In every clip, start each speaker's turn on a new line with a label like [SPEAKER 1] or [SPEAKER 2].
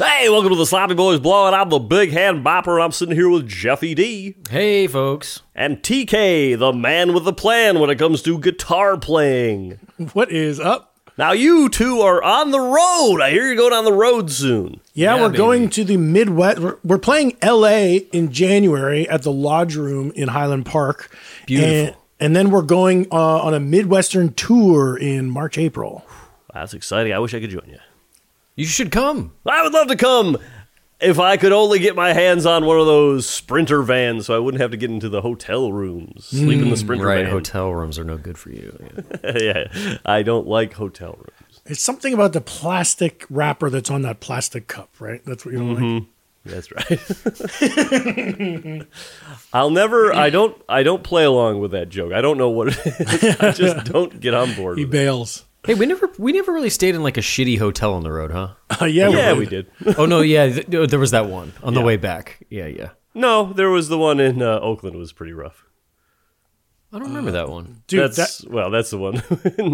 [SPEAKER 1] welcome to the Sloppy Boys Blowout. I'm the Big Hand Bopper. I'm sitting here with Jeffy D
[SPEAKER 2] Hey, folks.
[SPEAKER 1] and TK, the man with the plan when it comes to guitar playing.
[SPEAKER 3] What is up?
[SPEAKER 1] Now you two are on the road. I hear you're going on the road soon.
[SPEAKER 3] Yeah,
[SPEAKER 2] Yeah,
[SPEAKER 3] we're
[SPEAKER 2] baby.
[SPEAKER 3] going to the Midwest. We're, we're playing LA in January at the Lodge Room in Highland Park.
[SPEAKER 2] Beautiful.
[SPEAKER 3] And, and then we're going uh, on a Midwestern tour in March, April.
[SPEAKER 1] That's exciting. I wish I could join you.
[SPEAKER 2] You should come.
[SPEAKER 1] I would love to come if I could only get my hands on one of those sprinter vans so I wouldn't have to get into the hotel rooms. Sleep in the sprinter
[SPEAKER 2] Right,
[SPEAKER 1] van.
[SPEAKER 2] hotel rooms are no good for you.
[SPEAKER 1] yeah. I don't like hotel rooms.
[SPEAKER 3] It's something about the plastic wrapper that's on that plastic cup, right? That's what you don't like.
[SPEAKER 1] That's right. I'll never I don't I don't play along with that joke. I don't know what it is. I just don't get on board
[SPEAKER 3] He
[SPEAKER 1] with it.
[SPEAKER 3] bails.
[SPEAKER 2] Hey, we never we never really stayed in like a shitty hotel on the road, huh?
[SPEAKER 3] Uh, yeah,
[SPEAKER 1] Yeah, we did.
[SPEAKER 2] Oh no, yeah, th- no, there was that one on the way back. Yeah, yeah.
[SPEAKER 1] No, there was the one in uh, Oakland was pretty rough.
[SPEAKER 2] I don't remember that one.
[SPEAKER 3] Dude,
[SPEAKER 1] that's
[SPEAKER 3] that,
[SPEAKER 1] well, that's the one.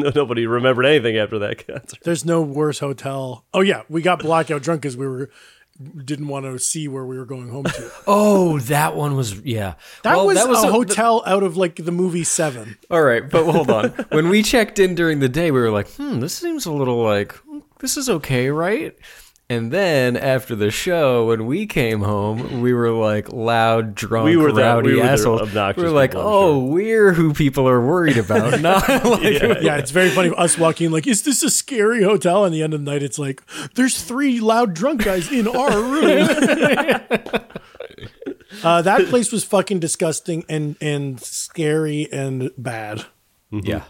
[SPEAKER 1] No- Nobody remembered anything after that concert.
[SPEAKER 3] there's no worse hotel. Oh, yeah. We got blackout drunk because we were didn't want to see where we were going home to.
[SPEAKER 2] Oh, that one was yeah.
[SPEAKER 3] That,
[SPEAKER 2] Well,
[SPEAKER 3] was, a,
[SPEAKER 2] the-
[SPEAKER 3] hotel out of like the movie Seven.
[SPEAKER 2] All right, but hold on. when we checked in during the day, we were like, "Hmm, this seems a little like hmm, this is okay, right?" And then after the show, when we came home, we were like loud, drunk,
[SPEAKER 1] We were the-
[SPEAKER 2] rowdy
[SPEAKER 1] we were the
[SPEAKER 2] assholes.
[SPEAKER 1] obnoxious
[SPEAKER 2] we were like,
[SPEAKER 1] people, I'm
[SPEAKER 2] "Oh, we're who people are worried about." Not like,
[SPEAKER 3] yeah, it's very funny. Us walking in, like, is this a scary hotel? And the end of the night, it's like, there's three loud drunk guys in our room. uh, that place was fucking disgusting and and scary and bad.
[SPEAKER 2] yeah.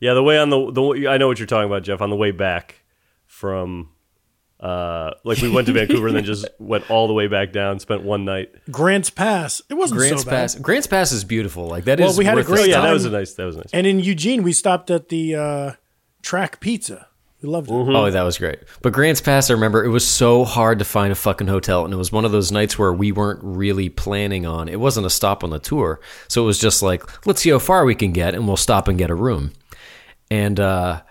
[SPEAKER 1] Yeah, the way on the the way- I know what you're talking about, Jeff. On the way back from, uh, like we went to Vancouver and then just went all the way back down. Spent one night.
[SPEAKER 3] Grants Pass. It wasn't
[SPEAKER 2] Grants
[SPEAKER 3] so bad.
[SPEAKER 2] Pass. Grants Pass is beautiful. Like that is.
[SPEAKER 3] Well, we had a
[SPEAKER 2] worth
[SPEAKER 3] great
[SPEAKER 1] Oh
[SPEAKER 2] its
[SPEAKER 1] yeah,
[SPEAKER 2] time.
[SPEAKER 1] that
[SPEAKER 3] time.
[SPEAKER 1] was a nice. That was nice.
[SPEAKER 3] And in Eugene, we stopped at the uh, Track Pizza. We loved it.
[SPEAKER 1] Hmm.
[SPEAKER 2] Oh, that was great. But Grants Pass, I remember it was so hard to find a fucking hotel, and it was one of those nights where we weren't really planning on. It wasn't a stop on the tour, so it was just like, let's see how far we can get, and we'll stop and get a room. And uh,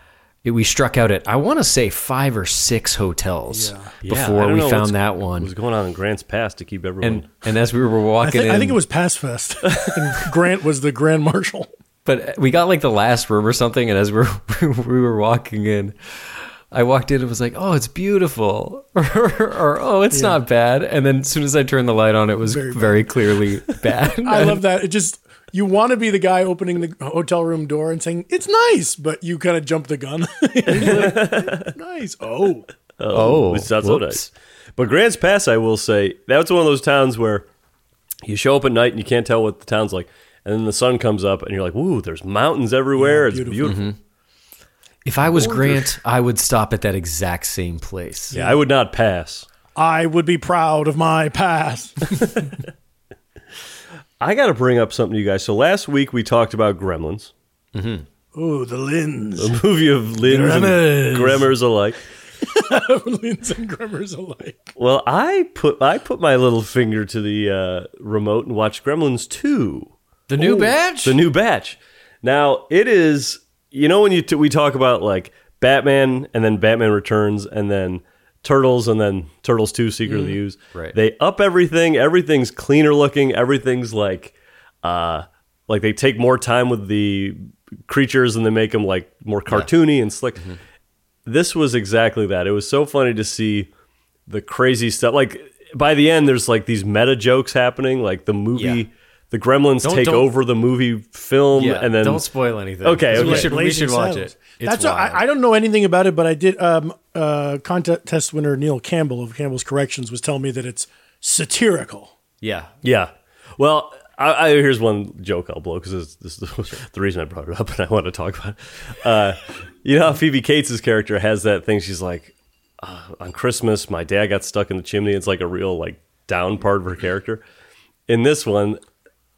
[SPEAKER 2] it, we struck out at I want to say five or six hotels
[SPEAKER 1] Yeah, I
[SPEAKER 2] before
[SPEAKER 1] don't
[SPEAKER 2] we
[SPEAKER 1] know what's-
[SPEAKER 2] found that
[SPEAKER 1] What
[SPEAKER 2] one.
[SPEAKER 1] was going on in Grants Pass to keep everyone?
[SPEAKER 2] And, and as we were
[SPEAKER 3] I,
[SPEAKER 2] walking
[SPEAKER 3] thi-
[SPEAKER 2] in,
[SPEAKER 3] I think it was Pass Fest. and Grant was the Grand Marshal.
[SPEAKER 2] But we got like the last room or something, and as we were, we were walking in, I walked in and was like, "Oh, it's beautiful," or, "Oh, it's not bad." And then as soon as I turned the light on, it was very, clearly bad.
[SPEAKER 3] I love that. It just you want to be the guy opening the hotel room door and saying it's nice, but you kind of jump the gun. nice. Oh,
[SPEAKER 2] oh,
[SPEAKER 1] it's not so
[SPEAKER 2] whoops.
[SPEAKER 1] nice. But Grants Pass, I will say, that's one of those towns where you show up at night and you can't tell what the town's like, and then the sun comes up and you're like, "Woo, there's mountains everywhere. it's
[SPEAKER 3] beautiful.
[SPEAKER 1] beautiful."
[SPEAKER 2] If I was Grant, I would stop at that exact same place.
[SPEAKER 1] Yeah, I would not pass.
[SPEAKER 3] I would be proud of my pass.
[SPEAKER 1] I got to bring up something to you guys. So last week we talked about Gremlins.
[SPEAKER 3] Oh, the Lins,
[SPEAKER 1] a movie of Lynn's
[SPEAKER 3] Grammars.
[SPEAKER 1] and Grammars alike.
[SPEAKER 3] Lins and Grimmers alike.
[SPEAKER 1] Well, I put I put my little finger to the uh, remote and watched Gremlins two,
[SPEAKER 2] The new badge.
[SPEAKER 1] the new batch. Now it is you know when you t- we talk about like Batman and then Batman Returns and then Turtles and then Turtles two Secret of the Ooze.
[SPEAKER 2] Mm-hmm. right.
[SPEAKER 1] They up everything. Everything's cleaner looking. Everything's like uh like they take more time with the creatures and they make them like more cartoony and slick.
[SPEAKER 2] Mm-hmm.
[SPEAKER 1] this was exactly that. It was so funny to see the crazy stuff. Like by the end, there's like these meta jokes happening. Like the movie,
[SPEAKER 2] Yeah.
[SPEAKER 1] the Gremlins
[SPEAKER 2] Don't-
[SPEAKER 1] take
[SPEAKER 2] don't-
[SPEAKER 1] over the movie film,
[SPEAKER 2] yeah,
[SPEAKER 1] and then
[SPEAKER 2] don't spoil anything.
[SPEAKER 1] Okay,
[SPEAKER 2] we
[SPEAKER 1] okay.
[SPEAKER 2] should we should watch it. It's
[SPEAKER 3] That's what-
[SPEAKER 2] wild.
[SPEAKER 3] I, I don't know anything about it, but I did. Um, uh, contest winner Neil Campbell of Campbell's Corrections was telling me that it's satirical.
[SPEAKER 2] yeah,
[SPEAKER 1] yeah. Well, I, I, here's one joke I'll blow because this, this is the reason I brought it up, and I want to talk about. It. Uh, you know, how Phoebe Cates' character has that thing. She's like, uh, on Christmas, my dad got stuck in the chimney. It's like a real like down part of her character. In this one,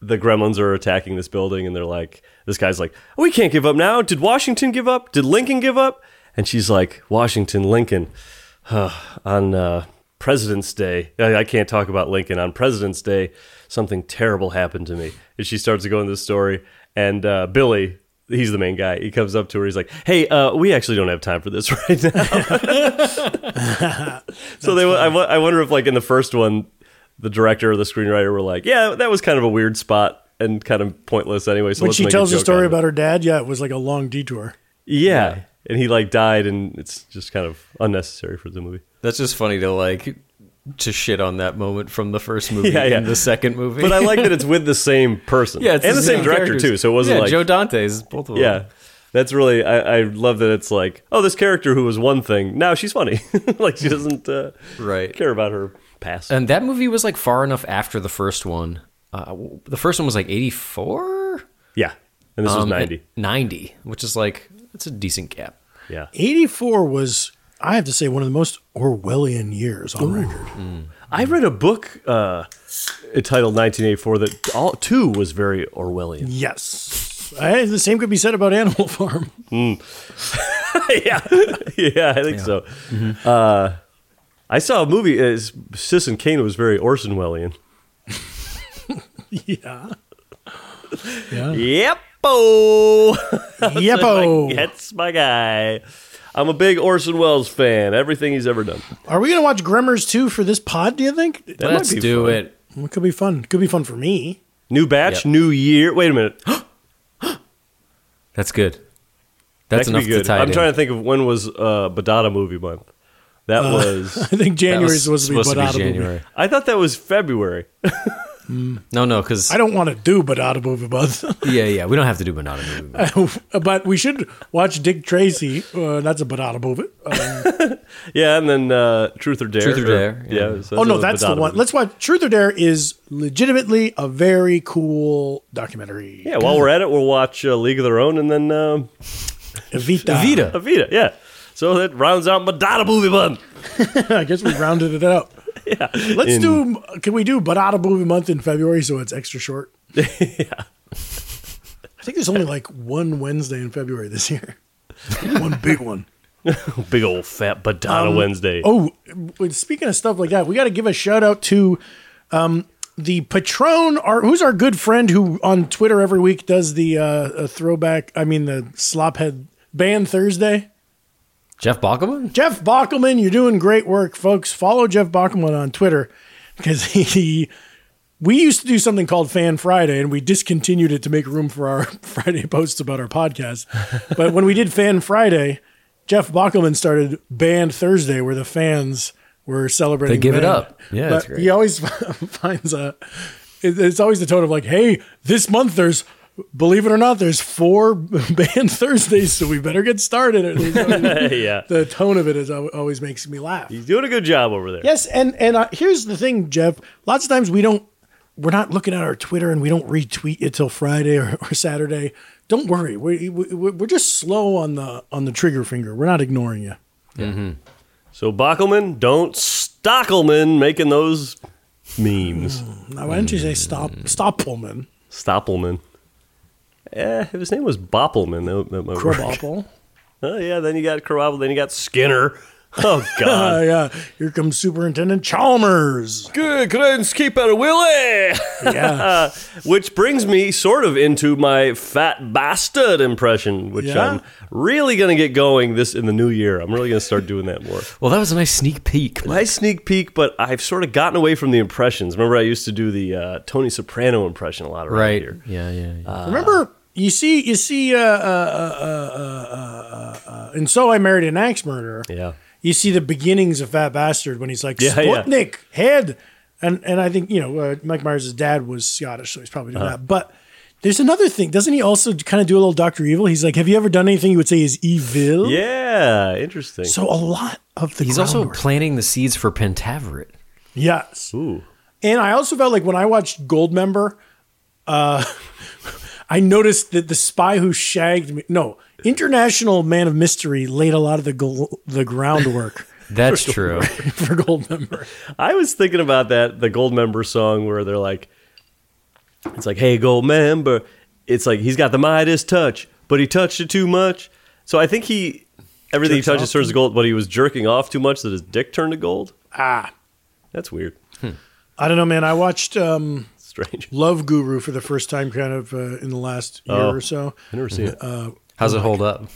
[SPEAKER 1] the gremlins are attacking this building and they're like this guy's like we can't give up now did washington give up did lincoln give up and she's like washington lincoln huh, on uh, president's day I, I can't talk about lincoln on president's day something terrible happened to me and she starts to go into the story and uh, billy he's the main guy. He comes up to her. He's like, "Hey, uh, we actually don't have time for this right now." so they, I, wo- I wonder if, like in the first one, the director or the screenwriter were like, "Yeah, that was kind of a weird spot and kind of pointless anyway." So
[SPEAKER 3] When
[SPEAKER 1] let's
[SPEAKER 3] she
[SPEAKER 1] make a
[SPEAKER 3] tells the
[SPEAKER 1] joke out
[SPEAKER 3] story
[SPEAKER 1] of it."
[SPEAKER 3] about her dad, yeah, it was like a long detour.
[SPEAKER 1] yeah. and he like died, and it's just kind of unnecessary for the movie.
[SPEAKER 2] That's just funny to like to shit on that moment from the first movie
[SPEAKER 1] Yeah, yeah.
[SPEAKER 2] and the second movie.
[SPEAKER 1] But I like that it's with the same person,
[SPEAKER 2] yeah, it's
[SPEAKER 1] and the, same, director
[SPEAKER 2] characters.
[SPEAKER 1] too. So it wasn't
[SPEAKER 2] yeah,
[SPEAKER 1] like
[SPEAKER 2] Joe Dante's both of them.
[SPEAKER 1] yeah. That's really I, I love that it's like oh this character who was one thing now she's funny like she doesn't uh,
[SPEAKER 2] Right.
[SPEAKER 1] care about her past
[SPEAKER 2] And that movie was like far enough after the first one. Uh, w- the first one was like 84?
[SPEAKER 1] yeah and this was
[SPEAKER 2] Um,
[SPEAKER 1] ninety
[SPEAKER 2] 90, which is like, it's a decent gap.
[SPEAKER 1] yeah
[SPEAKER 3] 84 was, I have to say, one of the most Orwellian years on record.
[SPEAKER 1] I read a book uh, titled 1984 that all two was very Orwellian
[SPEAKER 3] Yes. I, the same could be said about Animal Farm.
[SPEAKER 1] yeah, yeah, I think so.
[SPEAKER 2] Mm-hmm.
[SPEAKER 1] Uh, I saw a movie. Uh, Sis and Kane was very Orson Wellian.
[SPEAKER 3] yeah. Yeah.
[SPEAKER 1] Yep. Oh,
[SPEAKER 3] Yepo.
[SPEAKER 1] that's my guy. I'm a big Orson Welles fan. Everything he's ever done.
[SPEAKER 3] Are we going to watch Grimmers 2 for this pod, do you think? It
[SPEAKER 1] That
[SPEAKER 2] Let's
[SPEAKER 1] might be
[SPEAKER 2] do
[SPEAKER 1] fun.
[SPEAKER 2] it.
[SPEAKER 3] could be fun. It could be fun for me.
[SPEAKER 1] New batch,
[SPEAKER 2] Yep.
[SPEAKER 1] new year. Wait a minute.
[SPEAKER 2] That's good.
[SPEAKER 1] That
[SPEAKER 2] That's
[SPEAKER 1] could
[SPEAKER 2] enough
[SPEAKER 1] be good.
[SPEAKER 2] to tie
[SPEAKER 1] I'm
[SPEAKER 2] it
[SPEAKER 1] trying
[SPEAKER 2] in.
[SPEAKER 1] to think of when was uh, Badada movie month. That was.
[SPEAKER 3] I think
[SPEAKER 2] That
[SPEAKER 3] January
[SPEAKER 2] was
[SPEAKER 3] is supposed to be Badada movie.
[SPEAKER 2] January.
[SPEAKER 1] I thought that was February.
[SPEAKER 2] No, no, because
[SPEAKER 3] I don't want to do Badada movie month.
[SPEAKER 2] yeah, yeah, we don't have to do Banana Movie. Month.
[SPEAKER 3] but we should watch Dick Tracy. Uh, that's a Badada movie. Uh,
[SPEAKER 1] Yeah, and then uh, Truth or Dare.
[SPEAKER 2] Truth or Dare,
[SPEAKER 1] Yeah.
[SPEAKER 2] yeah.
[SPEAKER 1] so
[SPEAKER 3] oh, no,
[SPEAKER 1] another
[SPEAKER 3] that's the
[SPEAKER 1] Madonna
[SPEAKER 3] one.
[SPEAKER 1] movie.
[SPEAKER 3] Let's watch Truth or Dare is legitimately a very cool documentary.
[SPEAKER 1] yeah, while we're at it, we'll watch uh, League of Their Own and then um,
[SPEAKER 3] Evita.
[SPEAKER 2] Vita.
[SPEAKER 1] Evita. Yeah. So that rounds out Madonna movie month.
[SPEAKER 3] I guess we rounded it up. yeah. Let's do. Can we do Badada movie month in February so it's extra short? yeah. I think there's only like one Wednesday in February this year. one big one.
[SPEAKER 1] Big old fat Madonna Wednesday.
[SPEAKER 3] Oh, w- speaking of stuff like that, we got to give a shout out to um, the patron, our, who's our good friend who on Twitter every week does the uh, uh, throwback. I mean, the slophead band Thursday.
[SPEAKER 2] Jeff Bockelman?
[SPEAKER 3] Jeff Bockelman, you're doing great work, folks. Follow Jeff Bockelman on Twitter because he. We used to do something called Fan Friday, and we discontinued it to make room for our Friday posts about our podcast. But when we did Fan Friday, Jeff Bockelman started Band Thursday, where the fans were celebrating.
[SPEAKER 2] They give it
[SPEAKER 3] band.
[SPEAKER 2] up. Yeah, that's
[SPEAKER 3] But
[SPEAKER 2] great.
[SPEAKER 3] he always finds a. it- It's always the tone of like, "Hey, this month there's." Believe it or not, there's four band Thursdays, so we better get started. And he's always-
[SPEAKER 1] yeah.
[SPEAKER 3] the tone of it is al- always makes me laugh.
[SPEAKER 1] He's doing a good job over there.
[SPEAKER 3] Yes, and and uh, here's the thing, Jeff. Lots of times we don't, we're not looking at our Twitter and we don't retweet it till Friday or, or Saturday. Don't worry, we, we we- we're just slow on the on the trigger finger. We're not ignoring you.
[SPEAKER 1] So Bockelman, don't Stockelman making those memes.
[SPEAKER 3] Now, why don't you say
[SPEAKER 1] Mm.
[SPEAKER 3] stop stop Pullman,
[SPEAKER 1] Stoppelman. Eh, if his name was Boppelman, that, that might work.
[SPEAKER 3] Krabapple?
[SPEAKER 1] Oh, yeah, then you got Carabble, then you got Skinner. Oh,
[SPEAKER 3] Uh,
[SPEAKER 1] God.
[SPEAKER 3] yeah, here comes Superintendent Chalmers.
[SPEAKER 1] good grains keep out of Willie.
[SPEAKER 3] Yeah,
[SPEAKER 1] Uh, which brings me sort of into my fat bastard impression, which
[SPEAKER 3] Yeah?
[SPEAKER 1] I'm really going to get going this in the new year. I'm really going to start doing that more.
[SPEAKER 2] Well, that was a nice sneak peek.
[SPEAKER 1] Nice sneak peek, but I've sort of gotten away from the impressions. Remember, I used to do the uh, Tony Soprano impression a lot around
[SPEAKER 2] Right.
[SPEAKER 1] here.
[SPEAKER 2] Yeah, yeah. yeah.
[SPEAKER 3] remember. You see, you see, uh, uh, uh, uh, uh, uh, and so I married an axe murderer.
[SPEAKER 1] Yeah.
[SPEAKER 3] you see the beginnings of Fat Bastard when he's like
[SPEAKER 1] Yeah, yeah.
[SPEAKER 3] Sputnik head, and and I think you know uh, Mike Myers' dad was Scottish, so he's probably doing
[SPEAKER 1] Uh-huh.
[SPEAKER 3] that. But there's another thing, doesn't he? Also, kind of do a little Doctor Evil. He's like, have you ever done anything you would say is evil?
[SPEAKER 1] Yeah, interesting.
[SPEAKER 3] So a lot of the
[SPEAKER 2] He's also
[SPEAKER 3] groundwork-
[SPEAKER 2] planting the seeds for Pentaveret.
[SPEAKER 3] yes,
[SPEAKER 1] Ooh.
[SPEAKER 3] and I also felt like when I watched Goldmember, uh, I noticed that the spy who shagged me, no, International Man of Mystery, laid a lot of the gl- the groundwork
[SPEAKER 2] That's true.
[SPEAKER 3] for Goldmember.
[SPEAKER 1] I was thinking about that the gold member song where they're like it's like hey gold member it's like he's got the Midas touch but he touched it too much so I think he everything
[SPEAKER 3] Jerks
[SPEAKER 1] he touches
[SPEAKER 3] off
[SPEAKER 1] turns to gold but he was jerking off too much that his dick turned to gold
[SPEAKER 3] Ah.
[SPEAKER 1] that's weird
[SPEAKER 3] I don't know, man. I watched um,
[SPEAKER 1] it's strange.
[SPEAKER 3] Love Guru for the first time, kind of uh, in the last year
[SPEAKER 1] Oh.
[SPEAKER 3] or so. Uh,
[SPEAKER 1] I never seen it.
[SPEAKER 2] How's it hold up?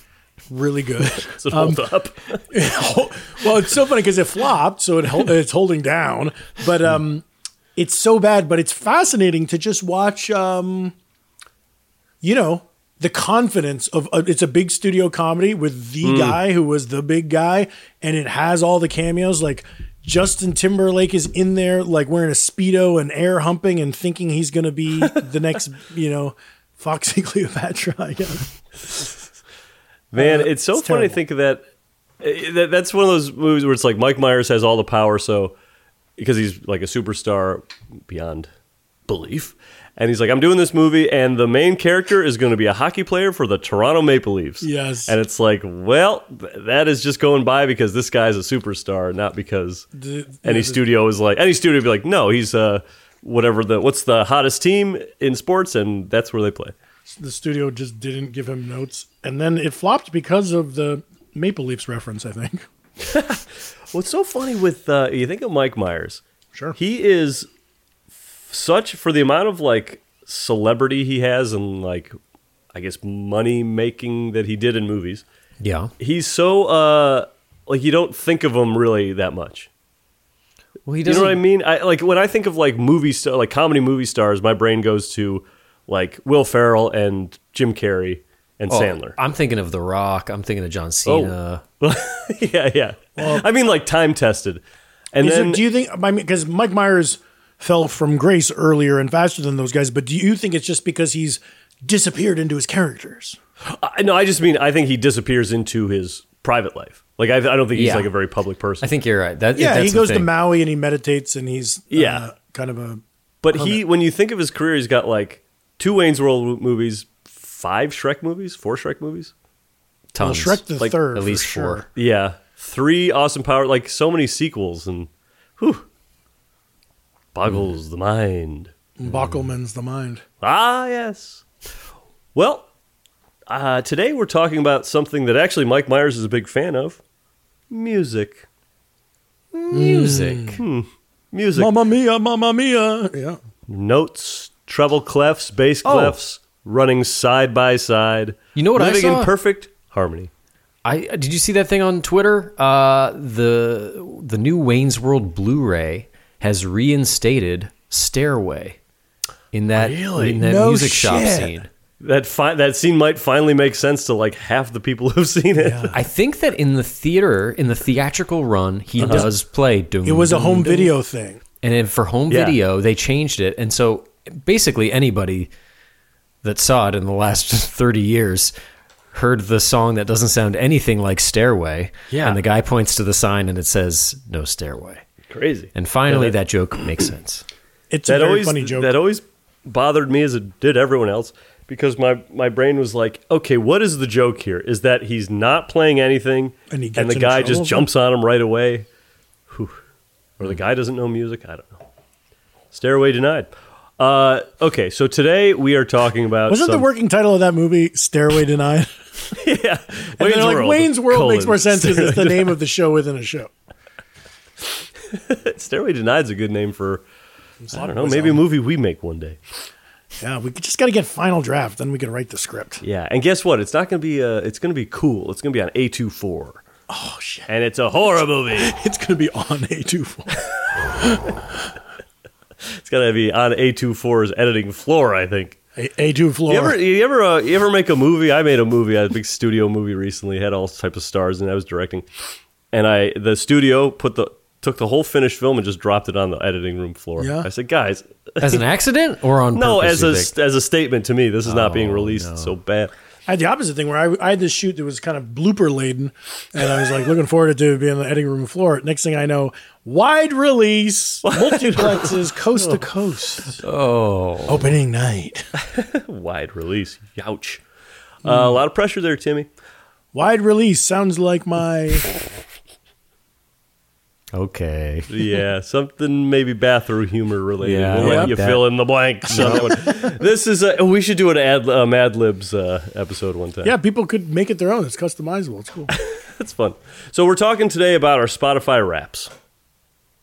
[SPEAKER 3] Really good.
[SPEAKER 1] Does it hold up?
[SPEAKER 3] well, it's so funny because it flopped, so it hol- it's holding down. But um, it's so bad. But it's fascinating to just watch. Um, you know, the confidence of uh, it's a big studio comedy with the guy who was the big guy, and it has all the cameos like. Justin Timberlake is in there, like wearing a speedo and air humping, and thinking he's going to be the next, you know, Foxy Cleopatra. I guess.
[SPEAKER 1] Man, it's so
[SPEAKER 3] Uh, it's
[SPEAKER 1] funny to
[SPEAKER 3] terrible.
[SPEAKER 1] think of that. eh, that. That's one of those movies where it's like Mike Myers has all the power, so because he's like a superstar beyond belief, and he's like, "I'm doing this movie, and the main character is going to be a hockey player for the Toronto Maple Leafs."
[SPEAKER 3] Yes.
[SPEAKER 1] and it's like, well, th- that is just going by because this guy's a superstar, not because
[SPEAKER 3] The-
[SPEAKER 1] any
[SPEAKER 3] the-
[SPEAKER 1] studio is like any studio would be like, "No, he's uh, whatever the what's the hottest team in sports, and that's where they play."
[SPEAKER 3] the studio just didn't give him notes, and then it flopped because of the Maple Leafs reference. I think.
[SPEAKER 1] What's so funny with uh, you think of Mike Myers?
[SPEAKER 3] Sure.
[SPEAKER 1] he is f- such for the amount of like celebrity he has and like I guess money making that he did in movies.
[SPEAKER 2] Yeah.
[SPEAKER 1] He's so uh like you don't think of him really that much.
[SPEAKER 2] Well, he
[SPEAKER 1] You know
[SPEAKER 2] doesn't.
[SPEAKER 1] what I mean? I like when I think of like movie star like comedy movie stars, my brain goes to like Will Ferrell and Jim Carrey and
[SPEAKER 2] Oh,
[SPEAKER 1] Sandler. Oh.
[SPEAKER 2] I'm thinking of The Rock. I'm thinking of John Cena.
[SPEAKER 1] yeah, yeah. I mean like time tested. And
[SPEAKER 3] Is there-
[SPEAKER 1] then
[SPEAKER 3] do you think? I mean, because Mike Myers fell from grace earlier and faster than those guys, but do you think it's just because he's disappeared into his characters?
[SPEAKER 1] I, no, I just mean I think he disappears into his private life. Like I, I don't think he's
[SPEAKER 2] Yeah.
[SPEAKER 1] like a very public person.
[SPEAKER 2] I think you're right. That,
[SPEAKER 3] Yeah,
[SPEAKER 2] that's
[SPEAKER 3] he
[SPEAKER 2] the
[SPEAKER 3] goes to
[SPEAKER 2] thing.
[SPEAKER 3] Maui and he meditates, and he's uh,
[SPEAKER 1] Yeah.
[SPEAKER 3] kind of a
[SPEAKER 1] but he, when you think of his career, he's got like two Wayne's World movies, five Shrek movies, four Shrek movies.
[SPEAKER 3] well,
[SPEAKER 2] Tons.
[SPEAKER 3] Shrek the
[SPEAKER 1] Like,
[SPEAKER 3] third,
[SPEAKER 2] at least
[SPEAKER 3] for sure.
[SPEAKER 2] four.
[SPEAKER 1] Yeah, three Awesome Power, like so many sequels, and whew, boggles the mind.
[SPEAKER 3] Bockelman's the mind.
[SPEAKER 1] Ah, yes. Well, uh, today we're talking about something that actually Mike Myers is a big fan of: music.
[SPEAKER 2] Music.
[SPEAKER 3] Hmm.
[SPEAKER 1] Music.
[SPEAKER 3] Mamma mia, mamma mia. Yeah,
[SPEAKER 1] notes, treble clefs, bass
[SPEAKER 2] Oh.
[SPEAKER 1] clefs running side by side.
[SPEAKER 2] You know what I
[SPEAKER 1] living
[SPEAKER 2] saw?
[SPEAKER 1] in perfect harmony.
[SPEAKER 2] I did you see that thing on Twitter? Uh, the the new Wayne's World Blu-ray has reinstated Stairway in that
[SPEAKER 1] Really?
[SPEAKER 2] in that
[SPEAKER 3] No
[SPEAKER 2] music shop
[SPEAKER 3] shit.
[SPEAKER 2] scene.
[SPEAKER 1] That fi- that scene might finally make sense to like half the people who've seen it.
[SPEAKER 2] I think that in the theater, in the theatrical run, he
[SPEAKER 1] Uh-huh.
[SPEAKER 2] does play. Doom,
[SPEAKER 3] it was a home
[SPEAKER 1] Mm-hmm.
[SPEAKER 3] video thing.
[SPEAKER 2] and then for home
[SPEAKER 1] Yeah.
[SPEAKER 2] video, they changed it, and so basically anybody that saw it in the last thirty years heard the song that doesn't sound anything like Stairway.
[SPEAKER 1] Yeah.
[SPEAKER 2] and the guy points to the sign and it says no stairway.
[SPEAKER 1] Crazy.
[SPEAKER 2] And finally,
[SPEAKER 1] Yeah,
[SPEAKER 2] that, joke makes sense.
[SPEAKER 3] It's a
[SPEAKER 1] that
[SPEAKER 3] very
[SPEAKER 1] always
[SPEAKER 3] funny joke.
[SPEAKER 1] that always bothered me as it did everyone else because my my brain was like, okay, what is the joke here? Is that he's not playing anything
[SPEAKER 3] And he gets
[SPEAKER 1] and the
[SPEAKER 3] in
[SPEAKER 1] guy
[SPEAKER 3] trouble?
[SPEAKER 1] just jumps on him right away? Whew. Or the guy doesn't know music? I don't know. Stairway denied. Uh, okay, so today we are talking about
[SPEAKER 3] Wasn't the
[SPEAKER 1] some-
[SPEAKER 3] working title of that movie Stairway Denied?
[SPEAKER 1] yeah.
[SPEAKER 3] And they're like, Wayne's World makes
[SPEAKER 1] colon,
[SPEAKER 3] more sense because it's the name of the show within a show.
[SPEAKER 1] Stairway Denied's a good name for, I don't know,
[SPEAKER 3] Slapboy's
[SPEAKER 1] maybe a
[SPEAKER 3] album.
[SPEAKER 1] movie we make one day.
[SPEAKER 3] Yeah, we just got to get final draft, then we can write the script.
[SPEAKER 1] Yeah. And guess what? It's not going to be, uh, it's going to be cool. It's going to be on A24.
[SPEAKER 3] Oh shit,
[SPEAKER 1] And it's a horror movie.
[SPEAKER 3] it's gonna be on a two four.
[SPEAKER 1] It's going to be on A24's editing floor, I think.
[SPEAKER 3] A two floor.
[SPEAKER 1] You ever, you ever, uh, you ever make a movie? I made a movie, a big studio movie recently, had all types of stars, and I was directing. And I, the studio put the, took the whole finished film and just dropped it on the editing room floor.
[SPEAKER 3] Yeah.
[SPEAKER 1] I said, guys,
[SPEAKER 2] As an accident or on
[SPEAKER 1] No,
[SPEAKER 2] purpose,
[SPEAKER 1] as
[SPEAKER 2] you
[SPEAKER 1] a
[SPEAKER 2] think?
[SPEAKER 1] as a statement to me, this is not being
[SPEAKER 2] Oh,
[SPEAKER 1] released.
[SPEAKER 2] no.
[SPEAKER 1] It's so bad.
[SPEAKER 3] I had the opposite thing where I, I had this shoot that was kind of blooper laden, and I was like looking forward to being on the editing room floor. Next thing I know, wide release, multiplexes, coast to coast,
[SPEAKER 2] oh
[SPEAKER 3] opening night.
[SPEAKER 1] Wide release. Youch. Uh, a lot of pressure there, Timmy.
[SPEAKER 3] Wide release sounds like my
[SPEAKER 2] okay.
[SPEAKER 1] Yeah, something maybe bathroom humor related.
[SPEAKER 2] Yeah,
[SPEAKER 1] we'll
[SPEAKER 2] I
[SPEAKER 1] let
[SPEAKER 2] like
[SPEAKER 1] you
[SPEAKER 2] that.
[SPEAKER 1] fill in the blanks. on that one. this is a, we should do an ad a Mad Libs uh, episode one time.
[SPEAKER 3] yeah. People could make it their own. It's customizable. It's cool.
[SPEAKER 1] that's fun. So we're talking today about our Spotify raps.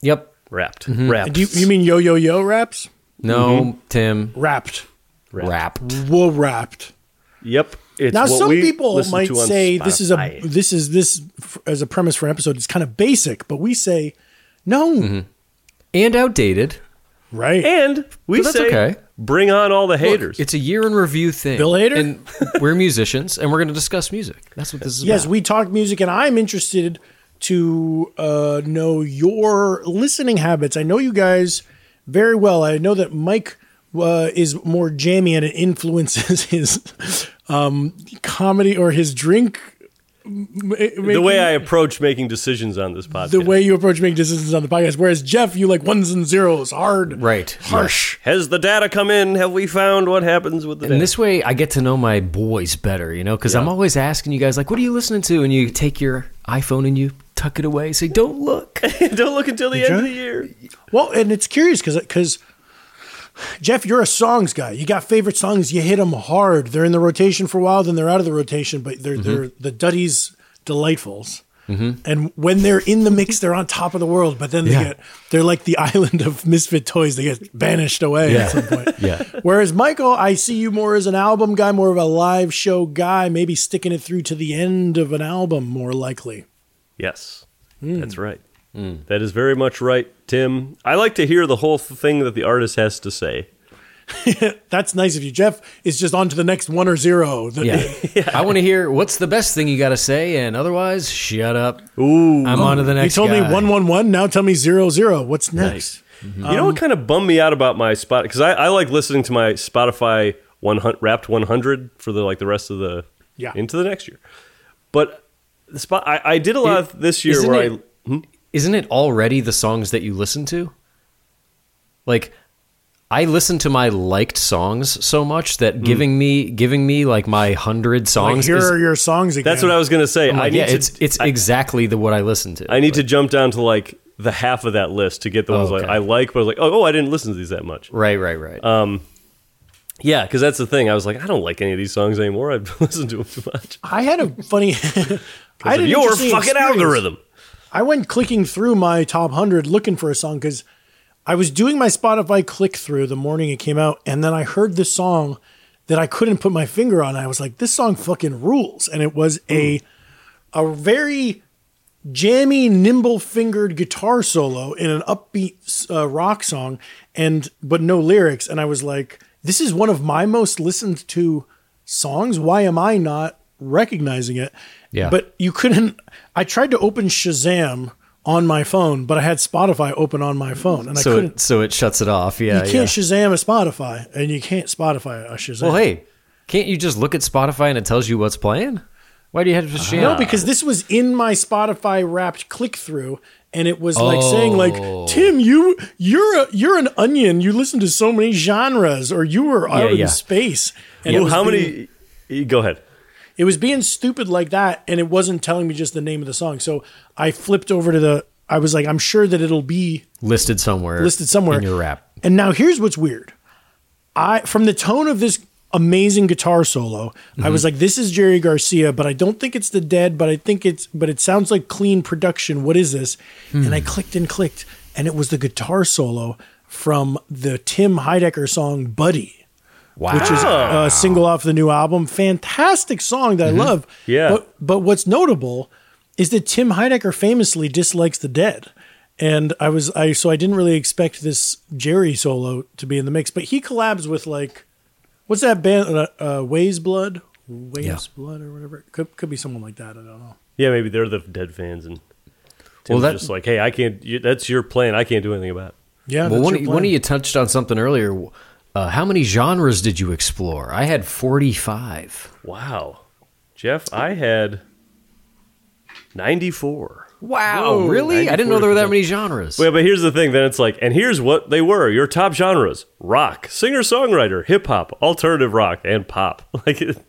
[SPEAKER 2] Yep.
[SPEAKER 1] Wrapped. Wrapped.
[SPEAKER 3] Do you, you mean yo yo yo raps?
[SPEAKER 2] No, Tim.
[SPEAKER 3] Wrapped.
[SPEAKER 2] Wrapped.
[SPEAKER 3] Well wrapped.
[SPEAKER 1] Yep. It's
[SPEAKER 3] Now,
[SPEAKER 1] what
[SPEAKER 3] some
[SPEAKER 1] we
[SPEAKER 3] people
[SPEAKER 1] listen
[SPEAKER 3] might
[SPEAKER 1] to on
[SPEAKER 3] say this is a
[SPEAKER 1] Spotify.
[SPEAKER 3] this is this f- as a premise for an episode. It's kind of basic, but we say no,
[SPEAKER 2] And outdated.
[SPEAKER 3] right?
[SPEAKER 1] Mm-hmm. and we
[SPEAKER 2] But that's
[SPEAKER 1] say
[SPEAKER 2] okay.
[SPEAKER 1] bring on all the
[SPEAKER 2] Look,
[SPEAKER 1] haters.
[SPEAKER 2] it's a year in review thing.
[SPEAKER 3] Bill Hader?
[SPEAKER 2] And we're musicians and we're going to discuss music. That's what this is
[SPEAKER 3] yes,
[SPEAKER 2] about.
[SPEAKER 3] we talk music, and I'm interested to uh, know your listening habits. I know you guys very well. I know that Mike uh, is more jammy, and it influences his um, comedy or his drink.
[SPEAKER 1] the way I approach making decisions on this podcast.
[SPEAKER 3] the way you approach making decisions on the podcast. Whereas Jeff, you like ones and zeros, hard,
[SPEAKER 2] Right.
[SPEAKER 3] harsh.
[SPEAKER 1] Has the data come in? Have we found what happens with the
[SPEAKER 2] And
[SPEAKER 1] data?
[SPEAKER 2] this way, I get to know my boys better, you know, because I'm always asking you guys, like, what are you listening to? And you take your iPhone and you tuck it away, say, don't look.
[SPEAKER 1] Don't look until the end of the year.
[SPEAKER 3] Well, and it's curious because because Jeff, you're a songs guy. You got favorite songs. You hit them hard. They're in the rotation for a while, then they're out of the rotation. But
[SPEAKER 2] Mm-hmm.
[SPEAKER 3] they're they're the Duddies delightfuls. And when they're in the mix, they're on top of the world. But then they
[SPEAKER 2] Yeah.
[SPEAKER 3] get they're like the island of misfit toys. They get banished away at some point.
[SPEAKER 2] Yeah.
[SPEAKER 3] Whereas Michael, I see you more as an album guy, more of a live show guy, maybe sticking it through to the end of an album, more likely.
[SPEAKER 1] Yes, that's right. That is very much right, Tim. I like to hear the whole thing that the artist has to say.
[SPEAKER 3] That's nice of you. Jeff is just on to the next one or zero. The-
[SPEAKER 2] Yeah. I want to hear what's the best thing you got to say, and otherwise, shut up.
[SPEAKER 1] Ooh,
[SPEAKER 2] I'm on to the
[SPEAKER 3] You
[SPEAKER 2] next
[SPEAKER 3] told
[SPEAKER 2] guy.
[SPEAKER 3] me one one one. Now tell me zero zero. What's next?
[SPEAKER 1] you know what kind of bummed me out about my spot because I, I like listening to my Spotify 100 Wrapped 100 for the like the rest of the
[SPEAKER 3] Yeah.
[SPEAKER 1] into the next year. But the spot I, I did a lot
[SPEAKER 2] It-
[SPEAKER 1] of this year
[SPEAKER 2] isn't
[SPEAKER 1] where
[SPEAKER 2] it-
[SPEAKER 1] I
[SPEAKER 2] Isn't it already the songs that you listen to? Like, I listen to my liked songs so much that giving me giving me like my hundred
[SPEAKER 3] Hmm. Like,
[SPEAKER 2] songs
[SPEAKER 3] here
[SPEAKER 2] is
[SPEAKER 3] are your songs again.
[SPEAKER 1] that's what I was gonna say.
[SPEAKER 2] I'm
[SPEAKER 1] I
[SPEAKER 2] like,
[SPEAKER 1] need
[SPEAKER 2] yeah,
[SPEAKER 1] to,
[SPEAKER 2] it's it's exactly the what I listen to.
[SPEAKER 1] I need to jump down to like the half of that list to get the ones
[SPEAKER 2] okay.
[SPEAKER 1] like I like, but I was like, oh, oh, I didn't listen to these that much.
[SPEAKER 2] right, right, right.
[SPEAKER 1] Yeah, because that's the thing. I was like, I don't like any of these songs anymore. I've listened to them too much.
[SPEAKER 3] I had a funny. I had
[SPEAKER 1] But
[SPEAKER 3] an
[SPEAKER 1] your
[SPEAKER 3] interesting
[SPEAKER 1] fucking
[SPEAKER 3] experience.
[SPEAKER 1] algorithm.
[SPEAKER 3] I went clicking through my top hundred looking for a song because I was doing my Spotify click through the morning it came out, and then I heard this song that I couldn't put my finger on. I was like, "This song fucking rules!" And it was a a very jammy, nimble fingered guitar solo in an upbeat uh, rock song, and but no lyrics. And I was like, this is one of my most listened to songs. Why am I not recognizing it?
[SPEAKER 2] Yeah.
[SPEAKER 3] But you couldn't. I tried to open Shazam on my phone, but I had Spotify open on my phone, and I
[SPEAKER 2] so
[SPEAKER 3] couldn't.
[SPEAKER 2] it, so it shuts it off. Yeah,
[SPEAKER 3] You can't
[SPEAKER 2] yeah.
[SPEAKER 3] Shazam a Spotify, and you can't Spotify a Shazam.
[SPEAKER 2] well, hey, can't you just look at Spotify and it tells you what's playing? Why do you have to share?
[SPEAKER 3] No, because this was in my Spotify Wrapped click through, and it was like saying like,
[SPEAKER 2] Oh.
[SPEAKER 3] "Tim, you you're a, you're an onion. You listen to so many genres, or you were out
[SPEAKER 2] Yeah,
[SPEAKER 3] in
[SPEAKER 2] yeah.
[SPEAKER 3] space." And it
[SPEAKER 1] Well,
[SPEAKER 3] was
[SPEAKER 1] how
[SPEAKER 3] being-
[SPEAKER 1] many? y- Go ahead.
[SPEAKER 3] It was being stupid like that, and it wasn't telling me just the name of the song. So I flipped over to the. I was like, "I'm sure that it'll be
[SPEAKER 2] listed somewhere,
[SPEAKER 3] listed somewhere
[SPEAKER 2] in your rap.
[SPEAKER 3] And now here's what's weird. I from the tone of this amazing guitar solo, I
[SPEAKER 2] Mm-hmm.
[SPEAKER 3] was like, this is Jerry Garcia, but I don't think it's the dead, but I think it's but it sounds like clean production. What is this? And
[SPEAKER 2] Hmm.
[SPEAKER 3] I clicked and clicked, and it was the guitar solo from the Tim Heidecker song Buddy
[SPEAKER 2] Wow. Mm-hmm.
[SPEAKER 3] which is a single off the new album. Fantastic song that I love.
[SPEAKER 1] Yeah.
[SPEAKER 3] But, but what's notable is that Tim Heidecker famously dislikes the dead. And I was I so I didn't really expect this Jerry solo to be in the mix, but he collabs with like what's that band uh, uh Ways Blood, Ways
[SPEAKER 2] Yeah.
[SPEAKER 3] Blood or whatever. Could could be someone like that, I don't know.
[SPEAKER 1] Yeah, maybe they're the dead fans, and Tim's
[SPEAKER 2] that-
[SPEAKER 1] just like, hey, I can't. You, that's your plan. I can't do anything about. it.
[SPEAKER 3] Yeah.
[SPEAKER 2] well,
[SPEAKER 3] that's
[SPEAKER 2] one
[SPEAKER 3] your
[SPEAKER 2] of, one
[SPEAKER 3] plan.
[SPEAKER 2] of you touched on something earlier. Uh, how many genres did you explore? I had 45.
[SPEAKER 1] Wow, Jeff, I had ninety four.
[SPEAKER 2] Wow,
[SPEAKER 1] Whoa,
[SPEAKER 2] Oh, really? I didn't know there were that
[SPEAKER 1] 94%.
[SPEAKER 2] many genres.
[SPEAKER 1] Well, but here's the thing. Then it's like, and here's what they were: your top genres: rock, singer songwriter, hip hop, alternative rock, and pop. Like, it,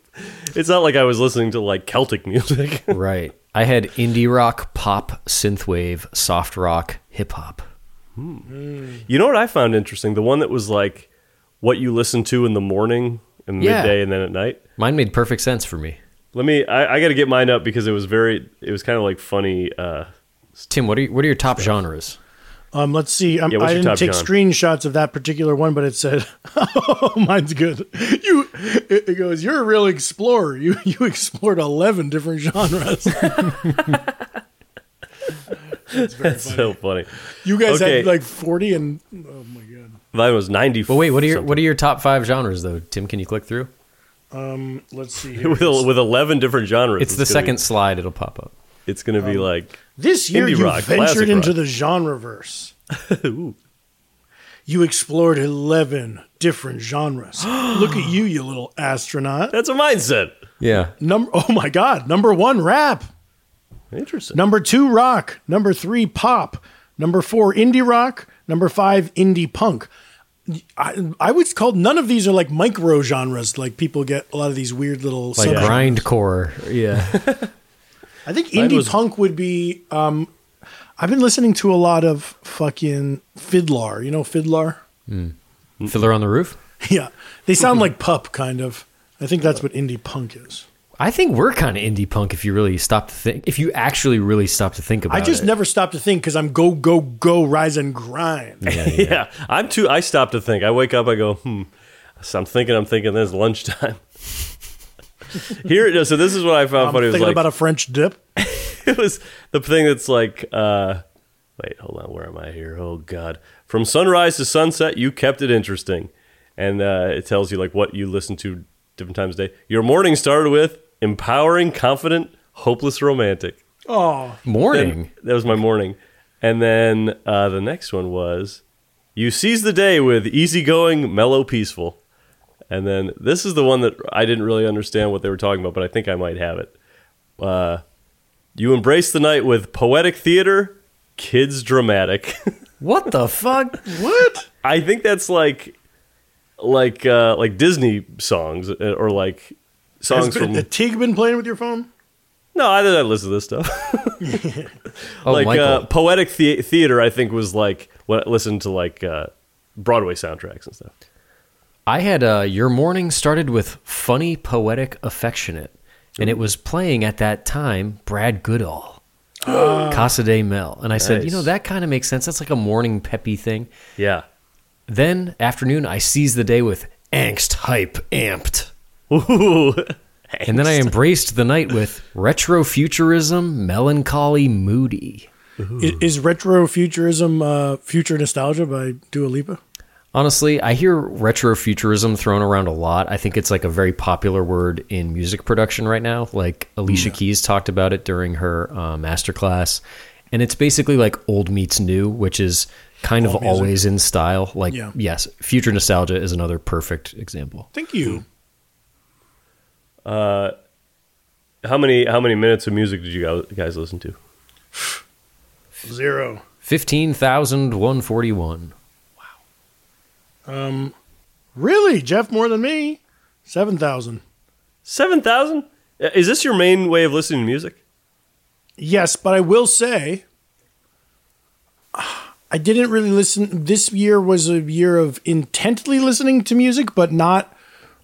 [SPEAKER 1] it's not like I was listening to like Celtic music.
[SPEAKER 2] right. I had indie rock, pop, synthwave, soft rock, hip hop.
[SPEAKER 1] You know what I found interesting? The one that was like what you listen to in the morning and
[SPEAKER 2] Yeah.
[SPEAKER 1] midday and then at night.
[SPEAKER 2] Mine made perfect sense for me.
[SPEAKER 1] Let me I, I gotta get mine up because it was very it was kind of like funny uh
[SPEAKER 2] Tim, what are you, what are your top genres?
[SPEAKER 3] Um, let's see. Um,
[SPEAKER 1] Yeah, what's
[SPEAKER 3] I
[SPEAKER 1] your
[SPEAKER 3] didn't
[SPEAKER 1] top,
[SPEAKER 3] take
[SPEAKER 1] John?
[SPEAKER 3] screenshots of that particular one, but it said, "Oh, mine's good." You, it, it goes. You're a real explorer. You you explored eleven different genres.
[SPEAKER 1] That's so funny.
[SPEAKER 3] You guys
[SPEAKER 1] Okay.
[SPEAKER 3] had like forty, and oh my god.
[SPEAKER 1] Mine was ninety.
[SPEAKER 2] But wait, what are your what are your top five genres though? Tim, can you click through?
[SPEAKER 3] Let's see. Here.
[SPEAKER 1] with, with eleven different genres?
[SPEAKER 2] It's the
[SPEAKER 1] gonna
[SPEAKER 2] second Oh. slide. It'll pop up.
[SPEAKER 1] Be, it's going to be like
[SPEAKER 3] This year,
[SPEAKER 1] Indie
[SPEAKER 3] you
[SPEAKER 1] rock, classic
[SPEAKER 3] ventured
[SPEAKER 1] rock.
[SPEAKER 3] into the genreverse. You explored eleven different genres. Look at you, you little astronaut.
[SPEAKER 1] that's a mindset.
[SPEAKER 2] Yeah.
[SPEAKER 3] Number. Oh my god. Number one, rap.
[SPEAKER 1] Interesting.
[SPEAKER 3] Number two, rock. Number three, pop. Number four, indie rock. Number five, indie punk. I, I would call none of these are like micro genres. Like people get a lot of these weird little.
[SPEAKER 2] Like
[SPEAKER 3] sub-
[SPEAKER 2] grindcore. Yeah.
[SPEAKER 3] I think
[SPEAKER 1] Mine
[SPEAKER 3] indie
[SPEAKER 1] was-
[SPEAKER 3] punk would be. Um, I've been listening to a lot of fucking Fiddlar. You know Fiddlar?
[SPEAKER 2] Fiddler on the Roof.
[SPEAKER 3] yeah, they sound like pup kind of. I think that's what indie punk is.
[SPEAKER 2] I think we're kind of indie punk if you really stop to think. If you actually really stop to think about
[SPEAKER 3] I
[SPEAKER 2] it.
[SPEAKER 3] just never stop to think because I'm go go go rise and grind.
[SPEAKER 1] yeah. I'm too. I stop to think. I wake up. I go, hmm. So I'm thinking. I'm thinking. Then it's lunchtime. Here it is. So this is what I found
[SPEAKER 3] I'm
[SPEAKER 1] funny. It was
[SPEAKER 3] thinking
[SPEAKER 1] like
[SPEAKER 3] about a French dip.
[SPEAKER 1] it was the thing that's like, uh, wait, hold on. Where am I here? Oh God! From sunrise to sunset, you kept it interesting, and uh, it tells you like what you listen to different times of day. Your morning started with empowering, confident, hopeless, romantic.
[SPEAKER 3] Oh,
[SPEAKER 2] morning.
[SPEAKER 1] That was my morning. And then uh, the next one was You Seize the Day with Easygoing, Mellow, Peaceful. And then this is the one that I didn't really understand what they were talking about, but I think I might have it. Uh, you Embrace the Night with Poetic Theater, Kids Dramatic.
[SPEAKER 2] What the fuck?
[SPEAKER 3] what?
[SPEAKER 1] I think that's like. Like uh, like Disney songs uh, or like songs
[SPEAKER 3] Has been,
[SPEAKER 1] from
[SPEAKER 3] the Tig been playing with your phone?
[SPEAKER 1] no I didn't listen to this stuff
[SPEAKER 2] Oh,
[SPEAKER 1] like
[SPEAKER 2] Michael.
[SPEAKER 1] uh, poetic the- theater i think was like what I listened to like uh, broadway soundtracks and stuff
[SPEAKER 2] I had uh, your morning started with funny, poetic, affectionate, and it was playing at that time Brad Goodall, Casa de Mel, and I said, you
[SPEAKER 1] Nice.
[SPEAKER 2] know, that kind of makes sense. That's like a morning peppy thing.
[SPEAKER 1] yeah
[SPEAKER 2] Then afternoon, I seize the day with angst, hype, amped,
[SPEAKER 1] Ooh.
[SPEAKER 2] and then I embraced the night with retrofuturism, melancholy, moody.
[SPEAKER 3] I- Is retrofuturism uh, future nostalgia by Dua Lipa?
[SPEAKER 2] Honestly, I hear retrofuturism thrown around a lot. I think it's like a very popular word in music production right now. Like Alicia Keys talked about it during her uh, masterclass, and it's basically like old meets new, which is kind of always in style. Like,
[SPEAKER 3] Yeah.
[SPEAKER 2] yes, future nostalgia is another perfect example.
[SPEAKER 3] Thank you.
[SPEAKER 1] how many how many minutes of music did you guys- guys listen to
[SPEAKER 3] Zero.
[SPEAKER 2] Fifteen thousand one forty-one.
[SPEAKER 3] Um, Really, Jeff? More than me? Seven thousand.
[SPEAKER 1] 7000 Uh, is this your main way of listening to music
[SPEAKER 3] Yes, but I will say, I didn't really listen. This year was a year of intently listening to music, but not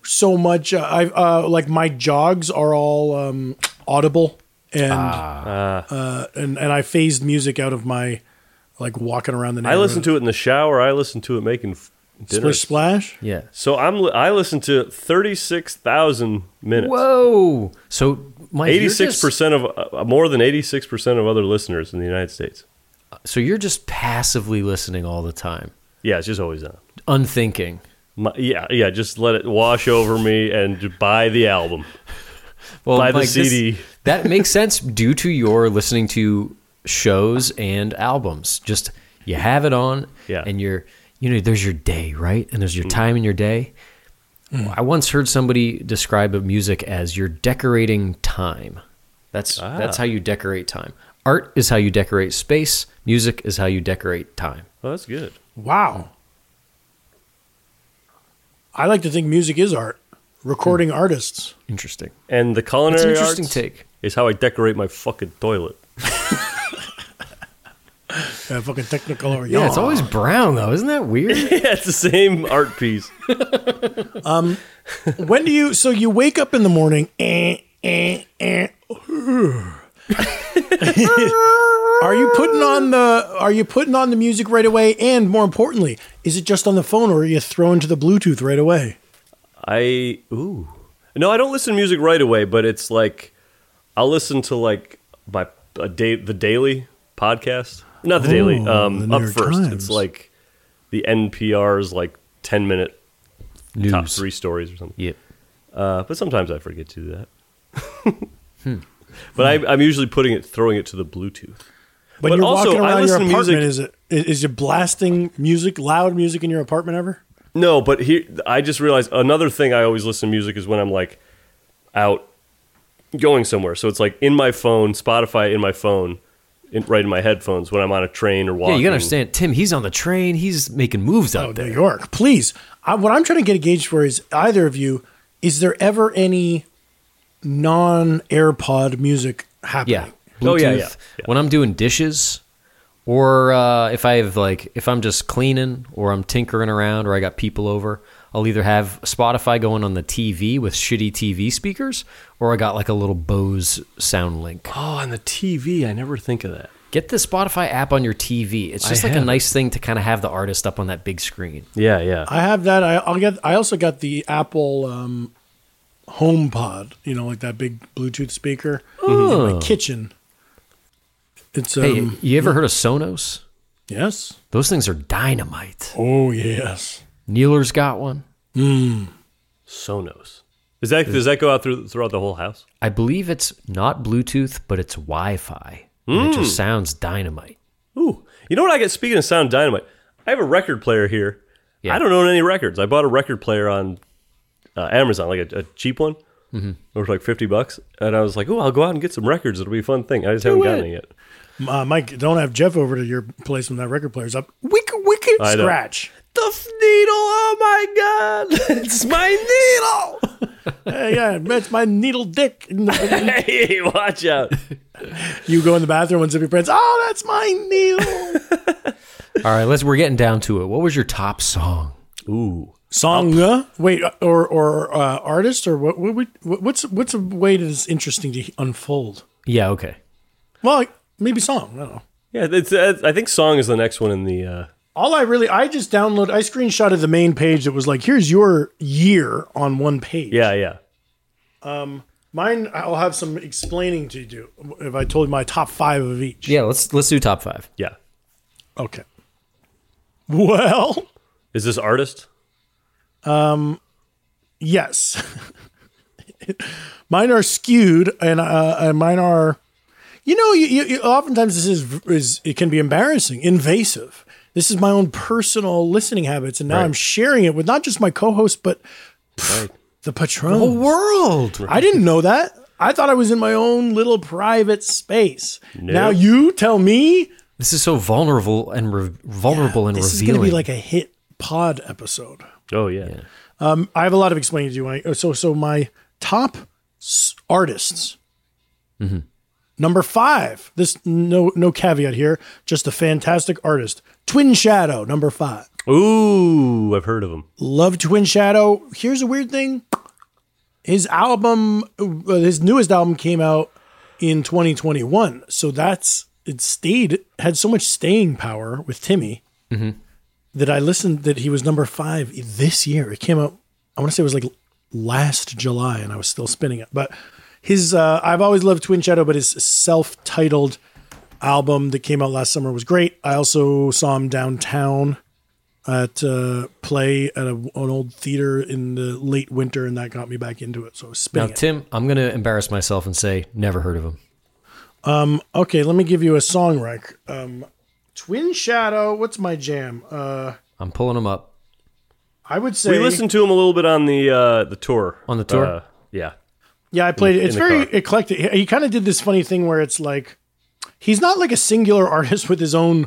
[SPEAKER 3] so much. Uh, I uh, like my jogs are all um, audible, and
[SPEAKER 1] Ah.
[SPEAKER 3] uh, and and I phased music out of my like walking around the.
[SPEAKER 1] i listen to it in the shower i listen to it making f- dinner
[SPEAKER 3] Splish Splash.
[SPEAKER 2] Yeah.
[SPEAKER 1] so i'm li- i listen to 36000 minutes
[SPEAKER 2] Whoa. So my
[SPEAKER 1] 86% of uh, more than 86% of other listeners in the united states
[SPEAKER 2] So you're just passively listening all the time,
[SPEAKER 1] yeah it's just always on
[SPEAKER 2] unthinking.
[SPEAKER 1] My, yeah, yeah. Just let it wash over me and j- buy the album.
[SPEAKER 2] well,
[SPEAKER 1] Buy the
[SPEAKER 2] like,
[SPEAKER 1] CD.
[SPEAKER 2] that makes sense due to your listening to shows and albums. Just you have it on,
[SPEAKER 1] Yeah. Mm-hmm.
[SPEAKER 2] and you're you know there's your day right, and there's your time in your day. I once heard somebody describe a music as you're decorating time. That's
[SPEAKER 1] Ah.
[SPEAKER 2] that's how you decorate time. Art is how you decorate space. Music is how you decorate time.
[SPEAKER 1] Oh, that's good.
[SPEAKER 3] Wow. I like to think music is art. Recording artists.
[SPEAKER 2] Interesting.
[SPEAKER 1] And the
[SPEAKER 2] It's
[SPEAKER 1] culinary
[SPEAKER 2] an interesting
[SPEAKER 1] arts
[SPEAKER 2] take.
[SPEAKER 1] is how I decorate my fucking toilet.
[SPEAKER 3] Uh, fucking technical or
[SPEAKER 2] Yeah, it's always brown though, isn't that weird?
[SPEAKER 1] yeah, it's the same art piece.
[SPEAKER 3] when do you so you wake up in the morning eh, eh, eh, Are you putting on the Are you putting on the music right away? And more importantly, is it just on the phone, or are you thrown to the Bluetooth right away?
[SPEAKER 1] I ooh. No, I don't listen to music right away, but it's like I'll listen to like my a day the daily podcast. Not the daily.
[SPEAKER 3] Oh,
[SPEAKER 1] Um
[SPEAKER 3] the
[SPEAKER 1] up
[SPEAKER 3] New York
[SPEAKER 1] first.
[SPEAKER 3] Times.
[SPEAKER 1] It's like the NPR's like 10 minute top
[SPEAKER 2] News.
[SPEAKER 1] 3 stories or something.
[SPEAKER 2] Yep.
[SPEAKER 1] Uh, but sometimes I forget to do that.
[SPEAKER 3] Hmm.
[SPEAKER 1] But I, I'm usually putting it, throwing it to the Bluetooth.
[SPEAKER 3] But,
[SPEAKER 1] But
[SPEAKER 3] you're
[SPEAKER 1] also,
[SPEAKER 3] walking
[SPEAKER 1] I
[SPEAKER 3] around your
[SPEAKER 1] listen to
[SPEAKER 3] apartment.
[SPEAKER 1] music-
[SPEAKER 3] Is it is, is you blasting music, loud music in your apartment ever?
[SPEAKER 1] No, but here I just realized another thing I always listen to music is when I'm like out going somewhere. So it's like in my phone, Spotify in my phone, in, right in my headphones when I'm on a train or walking.
[SPEAKER 2] Yeah, you gotta understand, Tim. He's on the train. He's making moves
[SPEAKER 1] Oh,
[SPEAKER 2] out there.
[SPEAKER 3] New York, please. I, what I'm trying to get a gauge for is either of you, is there ever any non AirPod music happening?
[SPEAKER 2] Yeah. Bluetooth.
[SPEAKER 1] Oh, yeah, yeah, yeah.
[SPEAKER 2] When I'm doing dishes, or uh, if I have like if I'm just cleaning, or I'm tinkering around, or I got people over, I'll either have Spotify going on the TV with shitty TV speakers, or I got like a little Bose sound link.
[SPEAKER 1] Oh, on the TV, I never think of that.
[SPEAKER 2] Get the Spotify app on your TV. It's just
[SPEAKER 1] I
[SPEAKER 2] like a
[SPEAKER 1] have
[SPEAKER 2] nice thing to kind of have the artist up on that big screen.
[SPEAKER 1] Yeah, yeah.
[SPEAKER 3] I have that. I, I'll get. I also got the Apple um, HomePod. You know, like that big Bluetooth speaker
[SPEAKER 1] Oh.
[SPEAKER 3] in my kitchen. It's um,
[SPEAKER 2] Hey, you ever heard of Sonos?
[SPEAKER 3] yes.
[SPEAKER 2] Those things are dynamite.
[SPEAKER 3] Oh yes.
[SPEAKER 2] Neeler's got one.
[SPEAKER 1] Sonos. Is that does that go out through throughout the whole house?
[SPEAKER 2] I believe it's not Bluetooth, but it's Wi-Fi. And It just sounds dynamite.
[SPEAKER 1] Ooh, you know what I get? Speaking of sound dynamite, I have a record player here.
[SPEAKER 2] Yeah.
[SPEAKER 1] I don't own any records. I bought a record player on uh, Amazon, like a, a cheap one. It was like fifty bucks, and I was like, "Oh, I'll go out and get some records. It'll be a fun thing." I just haven't gotten
[SPEAKER 2] it.
[SPEAKER 1] it yet.
[SPEAKER 3] Uh, Mike, don't have Jeff over to your place when that record player's up. Wick, wicked
[SPEAKER 1] I know.
[SPEAKER 3] scratch.
[SPEAKER 1] The f- needle. Oh my god! It's my needle.
[SPEAKER 3] Hey, Uh, yeah, it's my needle dick.
[SPEAKER 1] hey, watch out!
[SPEAKER 3] You go in the bathroom and zip your pants. Oh, that's my needle.
[SPEAKER 2] All right, let's. We're getting down to it. What was your top song?
[SPEAKER 1] Ooh,
[SPEAKER 3] Song? uh, Wait, uh, or or uh, artist or what, what? would- What's what's a way that is interesting to unfold?
[SPEAKER 2] Yeah. Okay.
[SPEAKER 3] Well, like, maybe song. I don't know.
[SPEAKER 1] yeah. It's, uh, I think song is the next one in the. Uh,
[SPEAKER 3] All I really, I just downloaded, I screenshotted the main page that was like, here's your year on one page.
[SPEAKER 1] yeah, yeah.
[SPEAKER 3] Mine, I'll have some explaining to do if I told you my top five of each.
[SPEAKER 2] Yeah. Let's let's do top five.
[SPEAKER 1] Yeah.
[SPEAKER 3] Okay. Well,
[SPEAKER 1] Is this artist?
[SPEAKER 3] yes. mine are skewed and, uh, and mine are, you know, you, you, you, oftentimes this is, is, it can be embarrassing, invasive. This is my own personal listening habits. And now I'm sharing it with not just my co host, but pff, the patron.
[SPEAKER 2] World.
[SPEAKER 3] I didn't know that. I thought I was in my own little private space. Now you tell me
[SPEAKER 2] This is so vulnerable and re- vulnerable and
[SPEAKER 3] this is
[SPEAKER 2] revealing.
[SPEAKER 3] going to be like a hit pod episode.
[SPEAKER 1] Oh yeah.
[SPEAKER 3] Um, I have a lot of explaining to do. I, so, so my top s- artists. Number five. This no no caveat here. Just a fantastic artist. Twin Shadow. Number five.
[SPEAKER 1] Ooh, I've heard of him.
[SPEAKER 3] Love Twin Shadow. Here's a weird thing. His album, uh, his newest album came out in 2021. So that's, it stayed, had so much staying power with Timmy that I listened that he was number five this year. It came out, I want to say it was like last July and I was still spinning it. But his, uh, I've always loved Twin Shadow, but his self titled album that came out last summer was great. I also saw him downtown at uh, play at a, an old theater in the late winter, and that got me back into it. So I was
[SPEAKER 2] now,
[SPEAKER 3] spinning. it.
[SPEAKER 2] Tim, I'm going to embarrass myself and say never heard of him.
[SPEAKER 3] okay, let me give you a song rec. Um, Twin Shadow. What's my jam? Uh,
[SPEAKER 2] I'm pulling him up.
[SPEAKER 3] I would say.
[SPEAKER 1] We listened to him a little bit on the uh, the tour.
[SPEAKER 2] On the tour?
[SPEAKER 1] Uh, yeah.
[SPEAKER 3] yeah, I played. it. it's
[SPEAKER 1] the
[SPEAKER 3] very
[SPEAKER 1] car.
[SPEAKER 3] eclectic. He, he kind of did this funny thing where it's like he's not like a singular artist with his own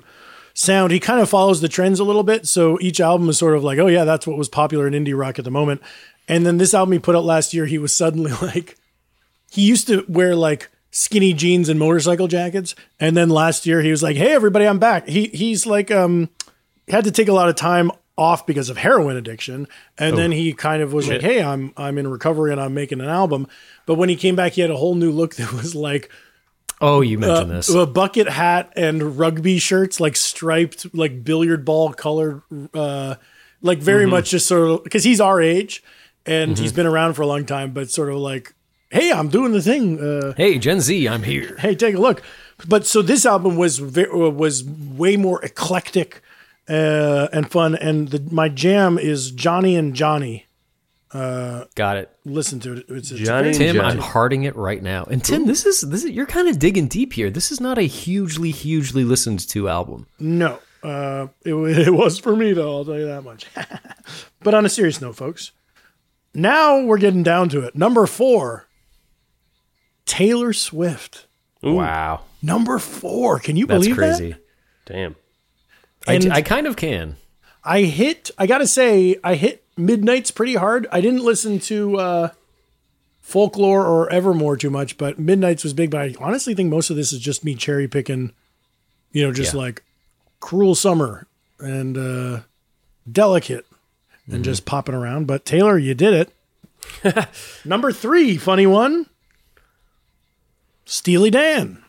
[SPEAKER 3] sound. He kind of follows the trends a little bit. So each album is sort of like, oh yeah, that's what was popular in indie rock at the moment. And then this album he put out last year, he was suddenly like, he used to wear like skinny jeans and motorcycle jackets, and then last year he was like, hey everybody, I'm back. He he's like um had to take a lot of time off because of heroin addiction, and then he kind of was like, hey, I'm I'm in recovery and I'm making an album. But when he came back, he had a whole new look that was like
[SPEAKER 2] Oh, you mentioned this.
[SPEAKER 3] a bucket hat and rugby shirts, like striped, like billiard ball colored, uh, like very much just sort of because he's our age and he's been around for a long time, but sort of like, hey, I'm doing the thing. Uh,
[SPEAKER 2] Hey, Gen Z, I'm here.
[SPEAKER 3] hey, take a look. But so this album was ve- uh, was way more eclectic uh, and fun. And the, my jam is Johnny and Johnny.
[SPEAKER 2] Got it.
[SPEAKER 3] Listen to it. It's, it's
[SPEAKER 1] Johnny
[SPEAKER 3] very-
[SPEAKER 1] and
[SPEAKER 2] Tim,
[SPEAKER 1] Johnny.
[SPEAKER 2] I'm hearting it right now. And Tim, this is this is you're kind of digging deep here. This is not a hugely, hugely listened to album.
[SPEAKER 3] No, uh, it, wa- it was for me though. I'll tell you that much. but on a serious note, folks, now we're getting down to it. Number four, Taylor Swift.
[SPEAKER 2] Wow,
[SPEAKER 3] Number four. Can you
[SPEAKER 2] that's
[SPEAKER 3] believe
[SPEAKER 2] crazy.
[SPEAKER 1] Damn.
[SPEAKER 3] that?
[SPEAKER 2] I,
[SPEAKER 3] And
[SPEAKER 2] I kind of can.
[SPEAKER 3] I hit. I gotta say, I hit Midnight's pretty hard. I didn't listen to uh, Folklore or Evermore too much, but Midnight's was big. But I honestly think most of this is just me cherry picking. You know, just like Cruel Summer and uh, Delicate,
[SPEAKER 1] Mm-hmm.
[SPEAKER 3] and just popping around. But Taylor, you did it. Number three, funny one. Steely Dan.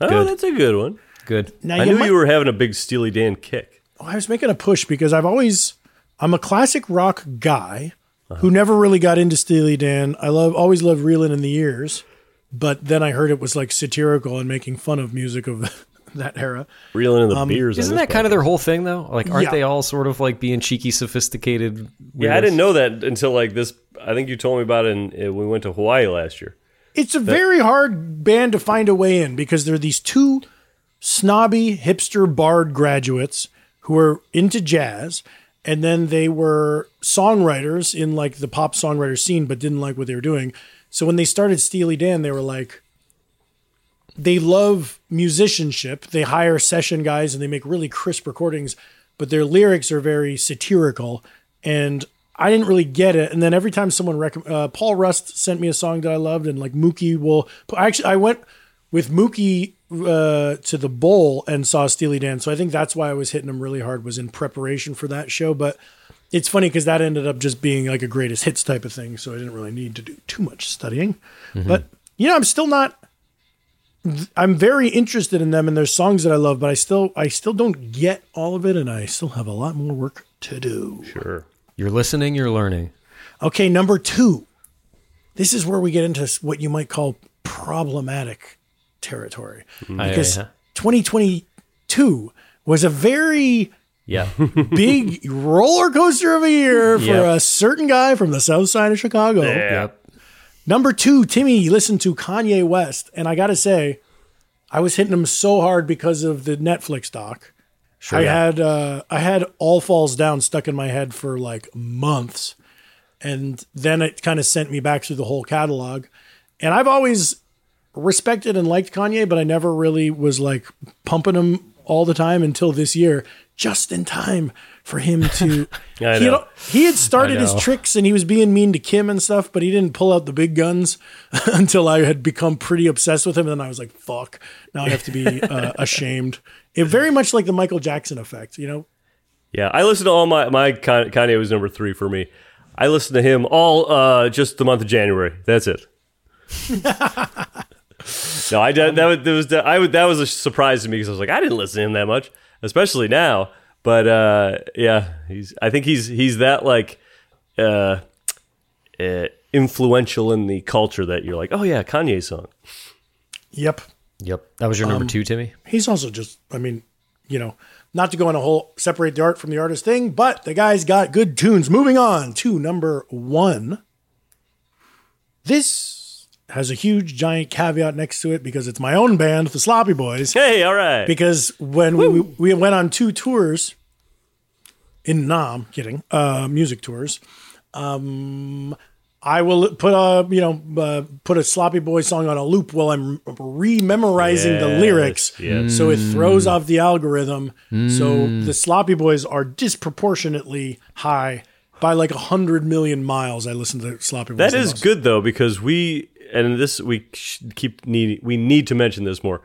[SPEAKER 1] Oh,
[SPEAKER 2] Good.
[SPEAKER 1] that's a good one.
[SPEAKER 2] Good.
[SPEAKER 3] Now
[SPEAKER 1] I knew
[SPEAKER 3] might-
[SPEAKER 1] you were having a big Steely Dan kick.
[SPEAKER 3] I was making a push because I've always I'm a classic rock guy who never really got into Steely Dan. I love always loved Reelin' in the Years, but then I heard it was like satirical and making fun of music of that era.
[SPEAKER 1] Reeling in the beers. on
[SPEAKER 2] Isn't
[SPEAKER 1] this
[SPEAKER 2] that kind of their whole thing though? Like, aren't
[SPEAKER 3] Yeah.
[SPEAKER 2] they all sort of like being cheeky, sophisticated?
[SPEAKER 1] podcast. Yeah, I
[SPEAKER 2] weirdos?
[SPEAKER 1] didn't know that until like this. I think you told me about it in, uh, when we went to Hawaii last year.
[SPEAKER 3] It's a very hard band to find a way in because they're these two snobby hipster bard graduates who are into jazz and then they were songwriters in like the pop songwriter scene but didn't like what they were doing. So when they started Steely Dan, they were like they love musicianship. They hire session guys and they make really crisp recordings, but their lyrics are very satirical. And I didn't really get it. And then every time someone rec- uh, Paul Rust sent me a song that I loved, and like Mookie will actually, I went with Mookie uh, to the bowl and saw Steely Dan. So I think that's why I was hitting him really hard was in preparation for that show. But it's funny because that ended up just being like a greatest hits type of thing. So I didn't really need to do too much studying. But you know, I'm still not I'm very interested in them and there's songs that I love, but I still I still don't get all of it and I still have a lot more work to do.
[SPEAKER 1] Sure.
[SPEAKER 2] You're listening. You're learning.
[SPEAKER 3] Okay, number 2. This is where we get into what you might call problematic territory
[SPEAKER 2] I-
[SPEAKER 3] because
[SPEAKER 2] I-
[SPEAKER 3] 2022 was a very
[SPEAKER 2] yeah.
[SPEAKER 3] big roller coaster of a year for
[SPEAKER 2] Yep.
[SPEAKER 3] a certain guy from the south side of Chicago.
[SPEAKER 2] Yep.
[SPEAKER 3] Number two, Timmy listened to Kanye West, and I gotta say, I was hitting him so hard because of the Netflix doc.
[SPEAKER 2] Sure.
[SPEAKER 3] I had uh, I had All Falls Down stuck in my head for like months, and then it kind of sent me back through the whole catalog. And I've always respected and liked Kanye, but I never really was like pumping him all the time until this year, just in time for him to.
[SPEAKER 1] I
[SPEAKER 3] he, had,
[SPEAKER 1] know.
[SPEAKER 3] he had started his
[SPEAKER 2] know.
[SPEAKER 3] tricks and he was being mean to Kim and stuff, but he didn't pull out the big guns until I had become pretty obsessed with him. And then I was like, fuck, now I have to be uh, ashamed. It very much like the Michael Jackson effect, you know?
[SPEAKER 1] Yeah, I listened to all my my Con- Kanye was number three for me. I listened to him all uh, just the month of January. That's it. no, I did, that was, that was I would that was a surprise to me because I was like I didn't listen to him that much, especially now. But uh, yeah, he's I think he's he's that like uh, uh, influential in the culture that you're like oh yeah Kanye song.
[SPEAKER 3] Yep.
[SPEAKER 2] Yep. That was your number two, Timmy.
[SPEAKER 3] He's also just, I mean, you know, not to go on a whole separate the art from the artist thing, but the guy's got good tunes. Moving on to number one. This has a huge, giant caveat next to it because it's my own band, the Sloppy Boys.
[SPEAKER 1] Hey, all right,
[SPEAKER 3] because when we, we went on two tours in Nam, kidding, uh, music tours, um, I will put a you know uh, put a sloppy boy song on a loop while I'm rememorizing the
[SPEAKER 1] Yes,
[SPEAKER 3] lyrics,
[SPEAKER 1] yes. Mm.
[SPEAKER 3] so it throws off the algorithm. So the sloppy boys are disproportionately high by like a hundred million miles. I listen to sloppy boys.
[SPEAKER 1] That is
[SPEAKER 3] songs.
[SPEAKER 1] good though because we and this we sh- keep need we need to mention this more.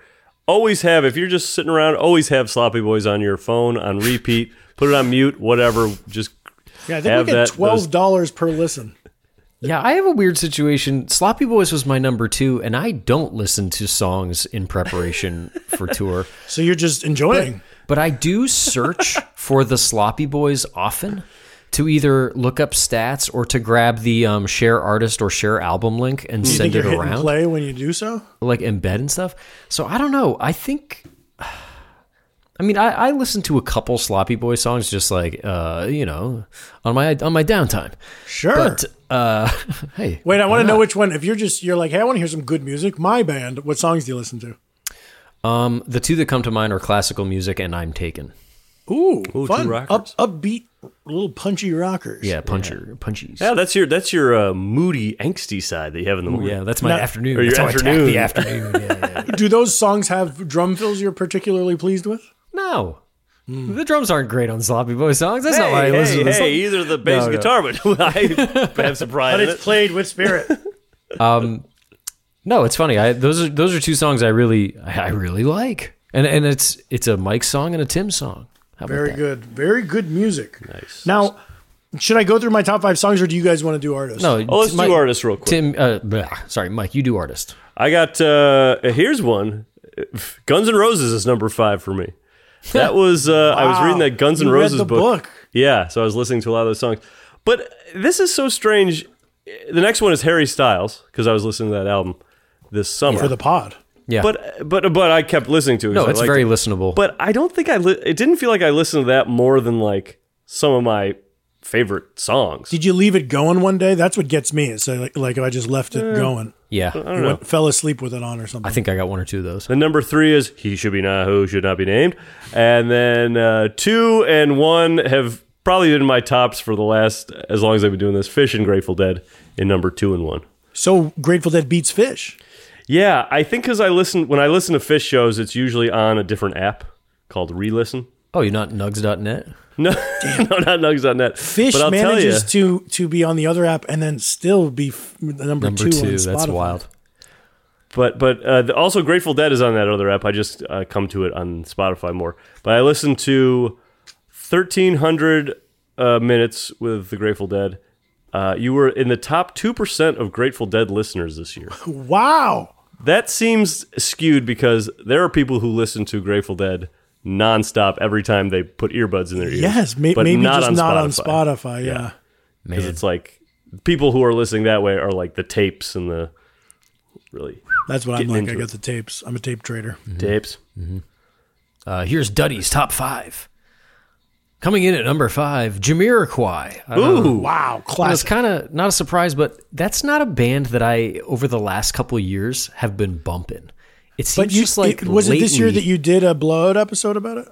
[SPEAKER 1] Always have if you're just sitting around, always have Sloppy Boys on your phone on repeat. put it on mute, whatever. Just
[SPEAKER 3] Yeah, I
[SPEAKER 1] have
[SPEAKER 3] think we
[SPEAKER 1] that-
[SPEAKER 3] get twelve dollars per listen.
[SPEAKER 2] Yeah, I have a weird situation. Sloppy Boys was my number two, and I don't listen to songs in preparation for tour,
[SPEAKER 3] So you're just enjoying.
[SPEAKER 2] but I do search for the Sloppy Boys often to either look up stats or to grab the um, share artist or share album link and
[SPEAKER 3] you
[SPEAKER 2] send
[SPEAKER 3] think you're
[SPEAKER 2] it
[SPEAKER 3] hitting
[SPEAKER 2] around,
[SPEAKER 3] play when you do so?
[SPEAKER 2] like embed and stuff. So I don't know. I think. I mean, I, I listen to a couple Sloppy Boy songs, just like uh, you know, on my on my downtime.
[SPEAKER 3] Sure.
[SPEAKER 2] But uh, hey,
[SPEAKER 3] Wait, I want to know which one. If you're just you're like, hey, I want to hear some good music. My band. What songs do you listen to?
[SPEAKER 2] Um, the two that come to mind are classical music and I'm Taken.
[SPEAKER 3] Ooh,
[SPEAKER 1] two
[SPEAKER 3] fun. Up,
[SPEAKER 1] rockers.
[SPEAKER 3] upbeat, little punchy rockers.
[SPEAKER 2] Yeah, puncher, punchies.
[SPEAKER 1] Yeah, that's your that's your uh, moody, angsty side that you have in the morning.
[SPEAKER 2] Yeah, that's my
[SPEAKER 3] Not-
[SPEAKER 2] afternoon.
[SPEAKER 1] or your
[SPEAKER 2] That's how
[SPEAKER 1] afternoon.
[SPEAKER 2] I attack the afternoon. Yeah, yeah, yeah.
[SPEAKER 3] Do those songs have drum fills you're particularly pleased with?
[SPEAKER 2] No. The drums aren't great on Sloppy Boy songs. That's not
[SPEAKER 1] Hmm. Hey,
[SPEAKER 2] why I
[SPEAKER 1] hey,
[SPEAKER 2] listen to this.
[SPEAKER 1] hey, either the bass
[SPEAKER 2] No, no.
[SPEAKER 1] guitar, but I have surprise. in it.
[SPEAKER 3] played with spirit.
[SPEAKER 2] No, it's funny. I those are those are two songs I really I really like. And and it's it's a Mike song and a Tim song. How about
[SPEAKER 3] Very
[SPEAKER 2] that?
[SPEAKER 3] good. Very good music. Nice. Now, should I go through my top five songs, or do you guys want to do artists?
[SPEAKER 2] No,
[SPEAKER 1] Oh, let's
[SPEAKER 2] Mike-
[SPEAKER 1] do artists real quick.
[SPEAKER 2] Tim, uh, bleh, sorry, Mike, you do artist.
[SPEAKER 1] I got uh here's one. Guns N' Roses is number five for me. That was uh I was
[SPEAKER 3] Wow.
[SPEAKER 1] reading that Guns N'
[SPEAKER 3] You read
[SPEAKER 1] Roses
[SPEAKER 3] the
[SPEAKER 1] book.
[SPEAKER 3] book.
[SPEAKER 1] Yeah, so I was listening to a lot of those songs. But this is so strange. The next one is Harry Styles because I was listening to that album this summer.
[SPEAKER 3] for the pod.
[SPEAKER 2] Yeah.
[SPEAKER 1] but but but I kept listening to it. 'cause
[SPEAKER 2] no,
[SPEAKER 1] I
[SPEAKER 2] it's
[SPEAKER 1] liked
[SPEAKER 2] very
[SPEAKER 1] it.
[SPEAKER 2] listenable.
[SPEAKER 1] But I don't think I li- it didn't feel like I listened to that more than like some of my favorite songs.
[SPEAKER 3] Did you leave it going one day? That's what gets me. Is so like, like if I just left it
[SPEAKER 2] Eh.
[SPEAKER 3] going,
[SPEAKER 2] yeah.
[SPEAKER 3] I went, fell asleep with it on or something.
[SPEAKER 2] I think I got one or two of those.
[SPEAKER 1] The number three is he should be not who should not be named, and then uh, two and one have probably been my tops for the last as long as I've been doing this. Fish and Grateful Dead in number two and one.
[SPEAKER 3] so Grateful Dead beats Fish.
[SPEAKER 1] Yeah, I think because I listen when I listen to Fish shows, it's usually on a different app called Relisten.
[SPEAKER 2] Oh, you're not nugs.net?
[SPEAKER 1] No, no, not Nugs.net.
[SPEAKER 3] Fish
[SPEAKER 1] but I'll tell you,
[SPEAKER 3] manages to to be on the other app and then still be f- number,
[SPEAKER 2] Number
[SPEAKER 3] two,
[SPEAKER 2] two.
[SPEAKER 3] on Spotify.
[SPEAKER 2] That's wild.
[SPEAKER 1] But but uh, the, also Grateful Dead is on that other app. I just uh, come to it on Spotify more. But I listened to thirteen hundred uh, minutes with the Grateful Dead. Uh, you were in the top two percent of Grateful Dead listeners this year.
[SPEAKER 3] Wow.
[SPEAKER 1] That seems skewed because there are people who listen to Grateful Dead nonstop every time they put earbuds in their ears.
[SPEAKER 3] Yes, may-
[SPEAKER 1] but
[SPEAKER 3] maybe just not on Spotify. Yeah.
[SPEAKER 1] because it's like people who are listening that way are like the tapes and the really
[SPEAKER 3] That's what I'm
[SPEAKER 1] Getting
[SPEAKER 3] like.
[SPEAKER 1] into
[SPEAKER 3] I
[SPEAKER 1] it.
[SPEAKER 3] got the tapes. I'm a tape trader.
[SPEAKER 1] tapes.
[SPEAKER 2] Uh, here's Duddy's top five. Coming in at number five, Jamiroquai. I don't know.
[SPEAKER 3] Uh, Wow,
[SPEAKER 2] Well, it's
[SPEAKER 3] classic.
[SPEAKER 2] kind of not a surprise, but that's not a band that I over the last couple of years have been bumping. It seems
[SPEAKER 3] But you,
[SPEAKER 2] just like
[SPEAKER 3] it, was it this year
[SPEAKER 2] lately-
[SPEAKER 3] that you did a blowout episode about it?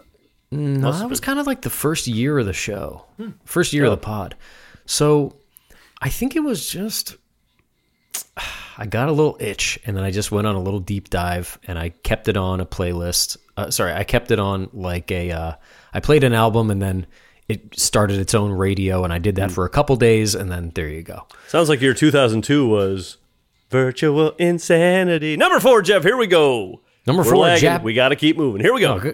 [SPEAKER 2] No, that was kind of like the first year of the show,
[SPEAKER 3] Hmm.
[SPEAKER 2] first year of the pod. So I think it was just I got a little itch, and then I just went on a little deep dive, and I kept it on a playlist. Uh, sorry, I kept it on like a. Uh, I played an album, and then it started its own radio, and I did
[SPEAKER 3] Hmm.
[SPEAKER 2] that for a couple days, and then there you go.
[SPEAKER 1] Sounds like your 2002 was virtual insanity. Number four, Jeff. Here we go.
[SPEAKER 2] Number
[SPEAKER 1] We're
[SPEAKER 2] four,
[SPEAKER 1] lagging.
[SPEAKER 2] Jap-
[SPEAKER 1] We got to keep moving. Here we go.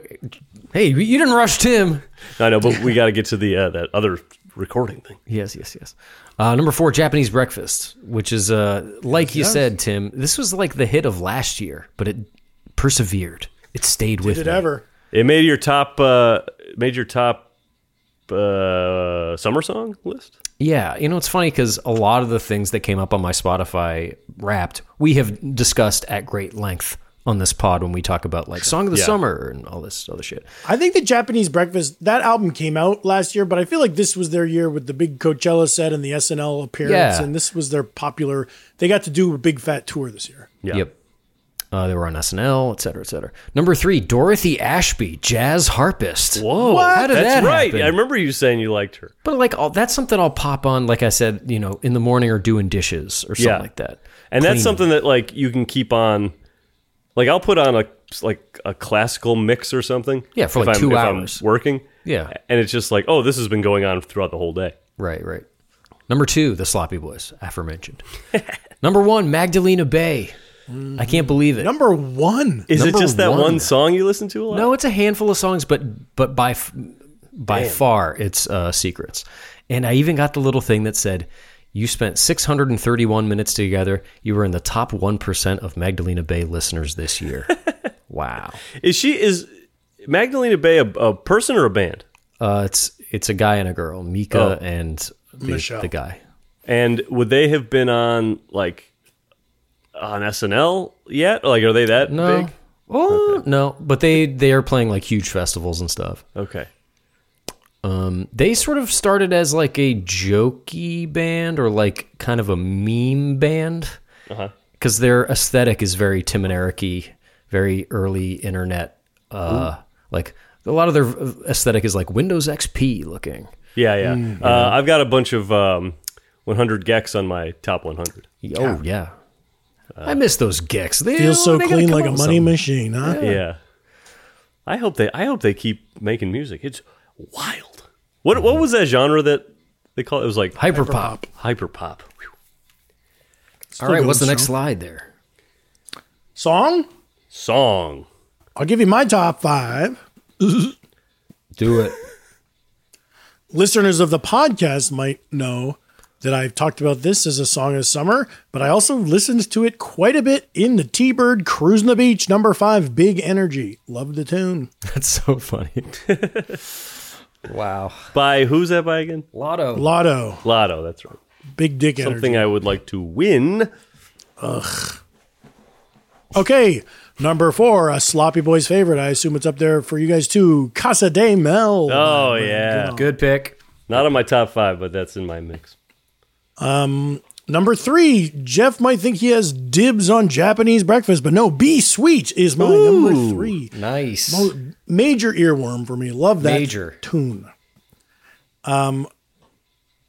[SPEAKER 2] Hey, you didn't rush Tim.
[SPEAKER 1] I know, but we got to get to the uh, that other recording thing.
[SPEAKER 2] Yes, yes, yes. Uh, number four, Japanese breakfast, which is uh, like you said, Tim. This was like the hit of last year, but it persevered. It stayed with
[SPEAKER 3] Did
[SPEAKER 2] me.
[SPEAKER 3] ever?
[SPEAKER 1] It made your top. Uh, made your top uh, summer song list.
[SPEAKER 2] Yeah, you know it's funny because a lot of the things that came up on my Spotify Wrapped we have discussed at great length on this pod when we talk about like song of the
[SPEAKER 1] Yeah.
[SPEAKER 2] summer and all this other shit.
[SPEAKER 3] I think the Japanese Breakfast that album came out last year, but I feel like this was their year with the big Coachella set and the SNL appearance,
[SPEAKER 2] Yeah.
[SPEAKER 3] and this was their popular. They got to do a big fat tour this year.
[SPEAKER 1] Yeah.
[SPEAKER 2] Yep. Uh, they were on SNL, et cetera, et cetera. Number three, Dorothy Ashby, jazz harpist.
[SPEAKER 1] Whoa,
[SPEAKER 2] How did
[SPEAKER 1] that's
[SPEAKER 2] that
[SPEAKER 1] right.
[SPEAKER 2] happen?
[SPEAKER 1] I remember you saying you liked her.
[SPEAKER 2] But like all that's something I'll pop on, like I said, you know, in the morning or doing dishes or something
[SPEAKER 1] Yeah.
[SPEAKER 2] like that.
[SPEAKER 1] and
[SPEAKER 2] Cleaning.
[SPEAKER 1] that's something that like you can keep on like i'll put on a like a classical mix or something
[SPEAKER 2] Yeah, for,
[SPEAKER 1] if
[SPEAKER 2] like,
[SPEAKER 1] I'm-
[SPEAKER 2] two
[SPEAKER 1] if I'm
[SPEAKER 2] hours.
[SPEAKER 1] working
[SPEAKER 2] Yeah.
[SPEAKER 1] and it's just like oh this has been going on throughout the whole day
[SPEAKER 2] Right, right. Number two, the sloppy boys, aforementioned. Number one, Magdalena Bay. I can't believe it.
[SPEAKER 3] Number one.
[SPEAKER 1] is
[SPEAKER 2] Number
[SPEAKER 1] it just that
[SPEAKER 2] one.
[SPEAKER 1] one. song you listen to a lot
[SPEAKER 2] No, it's a handful of songs, but but by f- by far it's uh, secrets. And I even got the little thing that said, You spent 631 minutes together. You were in the top 1% of Magdalena Bay listeners this year. wow.
[SPEAKER 1] Is she is Magdalena Bay a, a person or a band?
[SPEAKER 2] Uh, it's it's a guy and a girl,
[SPEAKER 3] Oh.
[SPEAKER 2] Mika and the,
[SPEAKER 3] Michelle.
[SPEAKER 2] the guy.
[SPEAKER 1] And would they have been on like on SNL yet? Like, are they that
[SPEAKER 2] No.
[SPEAKER 1] big?
[SPEAKER 2] Oh, no, but they they are playing like huge festivals and stuff.
[SPEAKER 1] Okay.
[SPEAKER 2] They sort of started as like a jokey band or like kind of a meme band
[SPEAKER 3] Uh-huh.
[SPEAKER 2] because their aesthetic is very Tim and Eric-y, very early internet. Uh, like a lot of their aesthetic is like Windows XP looking.
[SPEAKER 1] Yeah, yeah.
[SPEAKER 2] Mm.
[SPEAKER 1] uh, I've got a bunch of um, 100 Gex on my top 100.
[SPEAKER 2] Oh yeah, I miss those geeks. They
[SPEAKER 3] Feels so
[SPEAKER 2] they gotta
[SPEAKER 3] clean
[SPEAKER 2] come
[SPEAKER 3] like
[SPEAKER 2] up
[SPEAKER 3] a
[SPEAKER 2] with
[SPEAKER 3] money
[SPEAKER 2] something.
[SPEAKER 3] machine, huh?
[SPEAKER 1] Yeah. I hope they I hope they keep making music. It's wild. What what was that genre that they call it? It was like
[SPEAKER 2] hyper pop.
[SPEAKER 1] hyper pop. Whew.
[SPEAKER 2] All right,
[SPEAKER 3] good
[SPEAKER 2] what's the next
[SPEAKER 3] show.
[SPEAKER 2] slide there?
[SPEAKER 3] Song?
[SPEAKER 1] Song.
[SPEAKER 3] I'll give you my top five.
[SPEAKER 2] Do it.
[SPEAKER 3] listeners of the podcast might know that I've talked about this as a song of summer, but I also listened to it quite a bit in the T Bird Cruising the Beach, number five, Big Energy. Love the tune.
[SPEAKER 2] That's so funny. wow,
[SPEAKER 1] By who's that by again?
[SPEAKER 2] Lotto.
[SPEAKER 3] Lotto,
[SPEAKER 1] Lotto, that's right.
[SPEAKER 3] Big Dick Energy.
[SPEAKER 1] Something I would like to win.
[SPEAKER 3] Okay, number four, a Sloppy Boys favorite. I assume it's up there for you guys too. Casa de Mel.
[SPEAKER 1] Oh yeah.
[SPEAKER 2] Good pick.
[SPEAKER 1] Not on my top 5, but that's in my mix.
[SPEAKER 3] Number three, Jeff might think he has dibs on Japanese breakfast, but no, Be Sweet is my number three.
[SPEAKER 2] Nice.
[SPEAKER 3] Major earworm for me. Love that
[SPEAKER 2] Major.
[SPEAKER 3] tune. Um,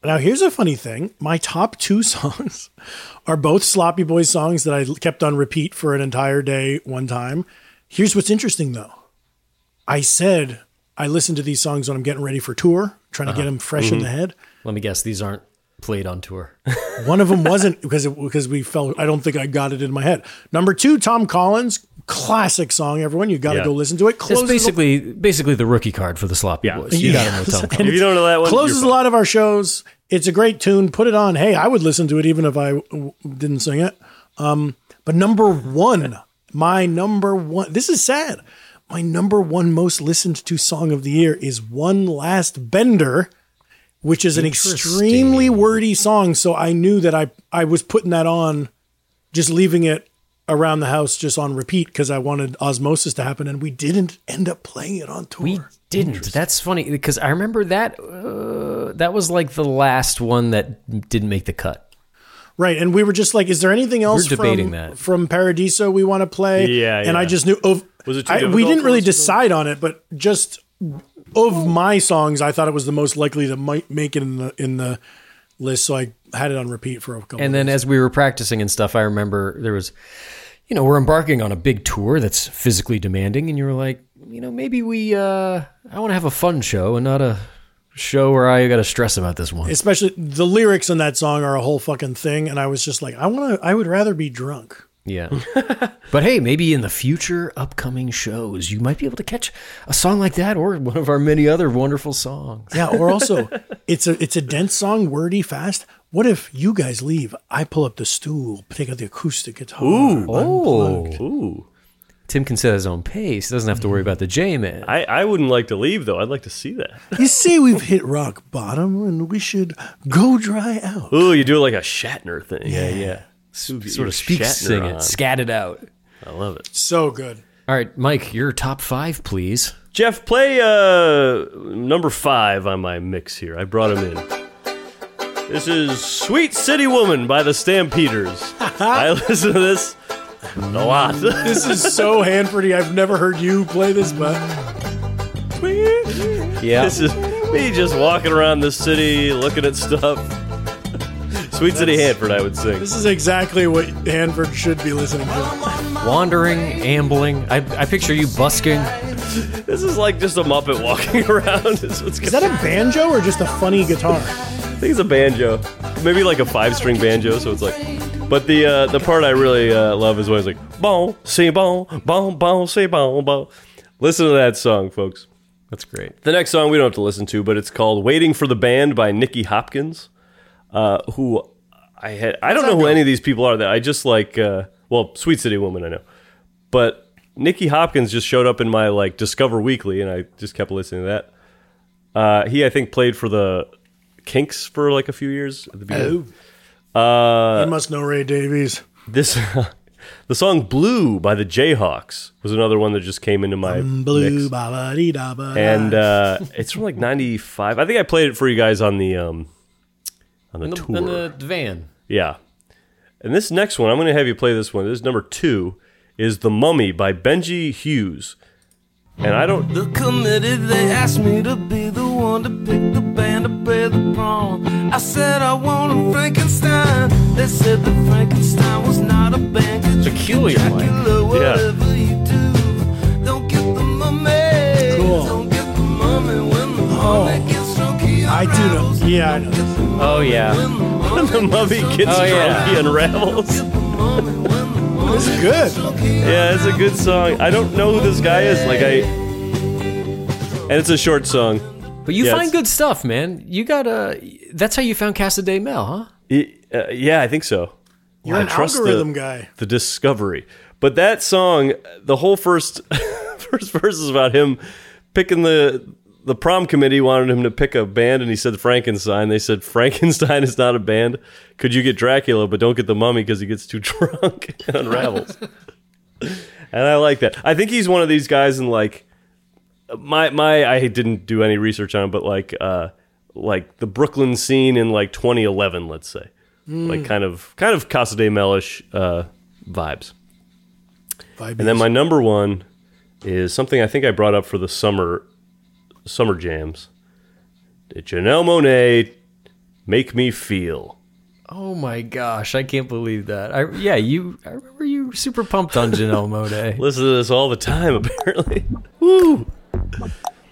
[SPEAKER 3] now here's a funny thing. My top two songs are both Sloppy Boys songs that I l- kept on repeat for an entire day one time. Here's what's interesting though. I said I listen to these songs when I'm getting ready for tour, trying to get them fresh in the head.
[SPEAKER 2] Let me guess. These aren't played on tour.
[SPEAKER 3] One of them wasn't because it, because we felt I don't think I got it in my head. Number two, Tom Collins, classic song. Everyone, you got to
[SPEAKER 1] Yeah.
[SPEAKER 3] go listen to it.
[SPEAKER 2] it's
[SPEAKER 3] Closes the-
[SPEAKER 2] basically basically the rookie card for the sloppy
[SPEAKER 1] Yeah.
[SPEAKER 2] boys. You
[SPEAKER 3] Yeah.
[SPEAKER 2] gotta know Tom. Collins.
[SPEAKER 1] If you don't know that one,
[SPEAKER 3] closes
[SPEAKER 1] you're
[SPEAKER 3] a lot of our shows. It's a great tune. Put it on. Hey, I would listen to it even if I w- didn't sing it. Um, but number one, my number one. This is sad. My number one most listened to song of the year is "One Last Bender," which is an extremely wordy song. So I knew that I I was putting that on, just leaving it around the house just on repeat because I wanted osmosis to happen, and we didn't end up playing it on tour.
[SPEAKER 2] We didn't. That's funny because I remember that. Uh, that was like the last one that didn't make the cut.
[SPEAKER 3] Right, and we were just like, "Is there anything else
[SPEAKER 2] debating
[SPEAKER 3] from,
[SPEAKER 2] that.
[SPEAKER 3] from Paradiso we want to play?"
[SPEAKER 1] Yeah,
[SPEAKER 3] and I
[SPEAKER 1] yeah.
[SPEAKER 3] just knew. Of,
[SPEAKER 1] Was it too
[SPEAKER 3] I, we
[SPEAKER 1] difficult
[SPEAKER 3] didn't
[SPEAKER 1] for
[SPEAKER 3] really
[SPEAKER 1] us to-
[SPEAKER 3] decide on it, but just of my songs, I thought it was the most likely to might make it in the in the list. So I had it on repeat for a couple.
[SPEAKER 2] And then as we were practicing and stuff, I remember there was, you know, we're embarking on a big tour that's physically demanding, and you were like, you know, maybe we. Uh, I want to have a fun show and not a show where I got to stress about this one.
[SPEAKER 3] especially the lyrics on that song are a whole fucking thing, and I was just like, "I want to. I would rather be drunk."
[SPEAKER 2] Yeah. but hey, maybe in the future upcoming shows, you might be able to catch a song like that or one of our many other wonderful songs.
[SPEAKER 3] Yeah, or also, it's a it's a dense song, wordy, fast. What if you guys leave? I pull up the stool, take out the acoustic guitar.
[SPEAKER 2] Oh.
[SPEAKER 1] Right. Ooh.
[SPEAKER 2] Tim can set his own pace. Doesn't have to worry about the J man.
[SPEAKER 1] I, I wouldn't like to leave though. I'd like to see that.
[SPEAKER 3] You see, we've hit rock bottom and we should go dry out.
[SPEAKER 1] Ooh, you do it like a Shatner thing. Yeah, yeah.
[SPEAKER 2] Sort of speak, sing it, scat it out.
[SPEAKER 1] I love it.
[SPEAKER 3] So good.
[SPEAKER 2] All right, Mike, your top five, please.
[SPEAKER 1] Jeff, play uh, number five on my mix here. I brought him in. This is Sweet City Woman by the Stampeders. I listen to this a lot.
[SPEAKER 3] This is so Hanfordy. I've never heard you play this, but
[SPEAKER 2] Yeah.
[SPEAKER 1] This is me just walking around the city looking at stuff. Sweet City Hanford, I would sing.
[SPEAKER 3] this is exactly what Hanford should be listening to.
[SPEAKER 2] Wandering, ambling. I, I picture you busking.
[SPEAKER 1] This is like just a Muppet walking around. Is what's
[SPEAKER 3] Is that a banjo or just a funny guitar?
[SPEAKER 1] I think it's a banjo, maybe like a five-string banjo. So it's like, but the uh, the part I really uh, love is when it's like bon c'est bon bon bon c'est bon bon. Listen to that song, folks.
[SPEAKER 2] That's great.
[SPEAKER 1] The next song we don't have to listen to, but it's called "Waiting for the Band" by Nicky Hopkins, uh, who I had I don't know who any of these people are. That I just like. Uh, well, Sweet City Woman, I know, but Nikki Hopkins just showed up in my like Discover Weekly, and I just kept listening to that. Uh, he, I think, played for the Kinks for like a few years at the beginning. Uh,
[SPEAKER 3] you must know Ray Davies.
[SPEAKER 1] This the song "Blue" by the Jayhawks was another one that just came into my mix.
[SPEAKER 3] Blue, ba ba dee da ba.
[SPEAKER 1] and uh, it's from like '95. I think I played it for you guys on the um, on the,
[SPEAKER 2] In the,
[SPEAKER 1] tour.
[SPEAKER 2] in the van.
[SPEAKER 1] Yeah. And this next one, I'm going to have you play this one. This is number two is The Mummy by Benji Hughes. And I don't.
[SPEAKER 4] The committee, they asked me to be the one to pick the band to play the pawn. I said I want a Frankenstein. They said that Frankenstein was not a band. It's
[SPEAKER 2] Peculiar, like.
[SPEAKER 4] Dracula, whatever you do. Don't get the mummy.
[SPEAKER 3] Cool.
[SPEAKER 4] Don't get the mummy when the mummy gets drunk. He
[SPEAKER 3] Oh, I do know.
[SPEAKER 4] unravels.
[SPEAKER 3] Yeah, I know. this.
[SPEAKER 2] Oh yeah.
[SPEAKER 4] When the mummy
[SPEAKER 1] The Mummy gets
[SPEAKER 2] Oh,
[SPEAKER 1] drunk,
[SPEAKER 2] yeah.
[SPEAKER 1] he unravels.
[SPEAKER 4] the mummy, when the mummy
[SPEAKER 3] This is good.
[SPEAKER 4] drunk, he
[SPEAKER 1] Yeah, it's a good song. I don't know who this guy is. Like, I. And it's a short song.
[SPEAKER 2] But you
[SPEAKER 1] Yeah,
[SPEAKER 2] find
[SPEAKER 1] it's-
[SPEAKER 2] good stuff, man. You gotta. That's how you found Casa de Mel, huh?
[SPEAKER 1] It- uh, yeah, I think so.
[SPEAKER 3] You're
[SPEAKER 1] I
[SPEAKER 3] an
[SPEAKER 1] trust the-
[SPEAKER 3] algorithm guy.
[SPEAKER 1] the discovery. But that song, the whole first first verse is about him picking the the prom committee wanted him to pick a band, and he said Frankenstein. They said Frankenstein is not a band. Could you get Dracula, but don't get the mummy because he gets too drunk and unravels. and I like that. I think he's one of these guys in like my my I didn't do any research on, it, but like uh like the Brooklyn scene in like 2011, let's say, like kind of kind of Casa de Melish uh, vibes.
[SPEAKER 3] Five
[SPEAKER 1] And then my number one is something I think I brought up for the summer summer jams. Janelle Monet, make me feel.
[SPEAKER 2] Oh my gosh, I can't believe that. I yeah, you. I remember you were super pumped on Janelle Monae.
[SPEAKER 1] Listen to this all the time, apparently.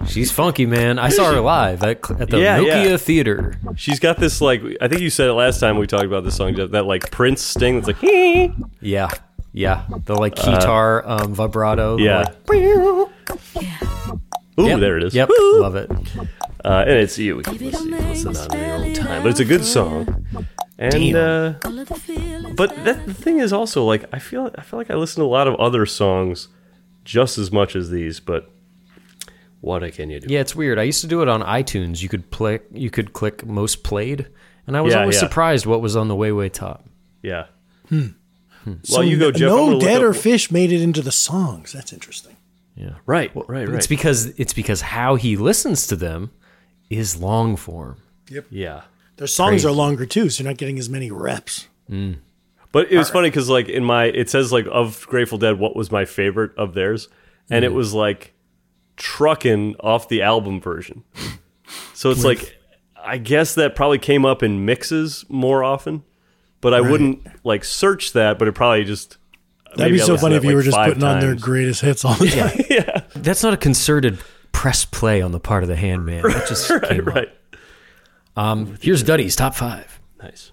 [SPEAKER 2] She's funky, man. I saw her live at, cl- at the
[SPEAKER 1] Yeah,
[SPEAKER 2] Nokia
[SPEAKER 1] yeah.
[SPEAKER 2] Theater.
[SPEAKER 1] She's got this like I think you said it last time we talked about this song Jeff, that like Prince sting that's like yeah
[SPEAKER 2] Yeah, yeah. The like guitar um, vibrato. the, like-
[SPEAKER 1] ooh
[SPEAKER 2] Yep.
[SPEAKER 1] there it is
[SPEAKER 2] Yep,
[SPEAKER 1] Ooh.
[SPEAKER 2] love it.
[SPEAKER 1] Uh, and it's you. We can listen, listen on it your own time, but it's a good song. And uh, but that, the thing is also like I feel I feel like I listen to a lot of other songs just as much as these, but what can you do?
[SPEAKER 2] Yeah, it's weird. I used to do it on iTunes. You could click, you could click most played, and I was
[SPEAKER 1] Yeah,
[SPEAKER 2] always
[SPEAKER 1] yeah.
[SPEAKER 2] surprised what was on the way way top.
[SPEAKER 1] Yeah. Well, you go, Jeff. I'm gonna
[SPEAKER 3] Hmm. No
[SPEAKER 1] look
[SPEAKER 3] dead
[SPEAKER 1] up-
[SPEAKER 3] or fish made it into the songs. That's interesting.
[SPEAKER 1] Right, right, right.
[SPEAKER 2] It's because it's because how he listens to them is long form.
[SPEAKER 1] yeah.
[SPEAKER 3] Their songs are longer too, so you're not getting as many reps.
[SPEAKER 1] But it was funny because like in my it says like of Grateful Dead, what was my favorite of theirs, and
[SPEAKER 2] Mm.
[SPEAKER 1] it was like trucking off the album version. So it's like I guess that probably came up in mixes more often, but I wouldn't like search that. But it probably just
[SPEAKER 3] That'd
[SPEAKER 1] maybe
[SPEAKER 3] be
[SPEAKER 1] I
[SPEAKER 3] so
[SPEAKER 1] listened
[SPEAKER 3] funny
[SPEAKER 1] to
[SPEAKER 3] if
[SPEAKER 1] that,
[SPEAKER 3] you were
[SPEAKER 1] like,
[SPEAKER 3] just
[SPEAKER 1] five
[SPEAKER 3] putting on their
[SPEAKER 1] times.
[SPEAKER 3] greatest hits all the time.
[SPEAKER 2] That's not a concerted press play on the part of the hand man. That just came up.
[SPEAKER 1] right.
[SPEAKER 2] Here's Duddy's top five.
[SPEAKER 1] Nice.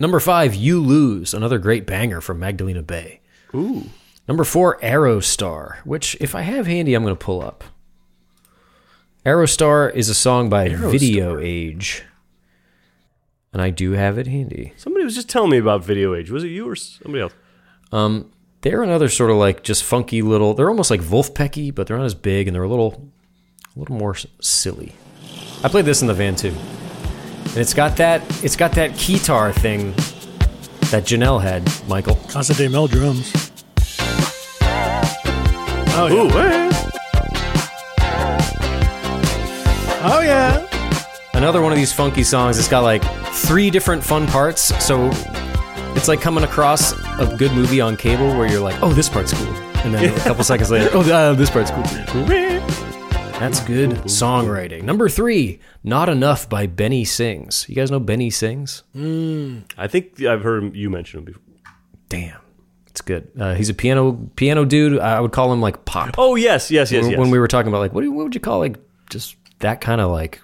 [SPEAKER 2] Number five, You Lose, another great banger from Magdalena Bay. Ooh. Number four, Aerostar, which if I have handy, I'm going to pull up. Aerostar is a song by Video Age. And I do have it handy.
[SPEAKER 1] Somebody was just telling me about Video Age. Was it you or somebody else?
[SPEAKER 2] They're another sort of like just funky little, they're almost like Wolfpecky, but they're not as big and they're a little, a little more s- silly. I played this in the van too. And it's got that, it's got that guitar thing that Janelle had, Michael.
[SPEAKER 3] Casa de Mel drums. Oh yeah.
[SPEAKER 1] Ooh, eh.
[SPEAKER 3] Oh yeah.
[SPEAKER 2] another one of these funky songs. It's got like three different fun parts, so it's like coming across a good movie on cable where you're like, "Oh, this part's cool," and then a couple seconds later, "Oh, uh, this part's cool." too." That's good songwriting. Number three, "Not Enough" by Benny Sings. You guys know Benny Sings?
[SPEAKER 1] I think I've heard you mention him before.
[SPEAKER 2] Damn, it's good. Uh, he's a piano piano dude. I would call him like pop.
[SPEAKER 1] Oh yes, yes, yes,
[SPEAKER 2] when,
[SPEAKER 1] yes.
[SPEAKER 2] when we were talking about like what, do you- what would you call like just that kind of like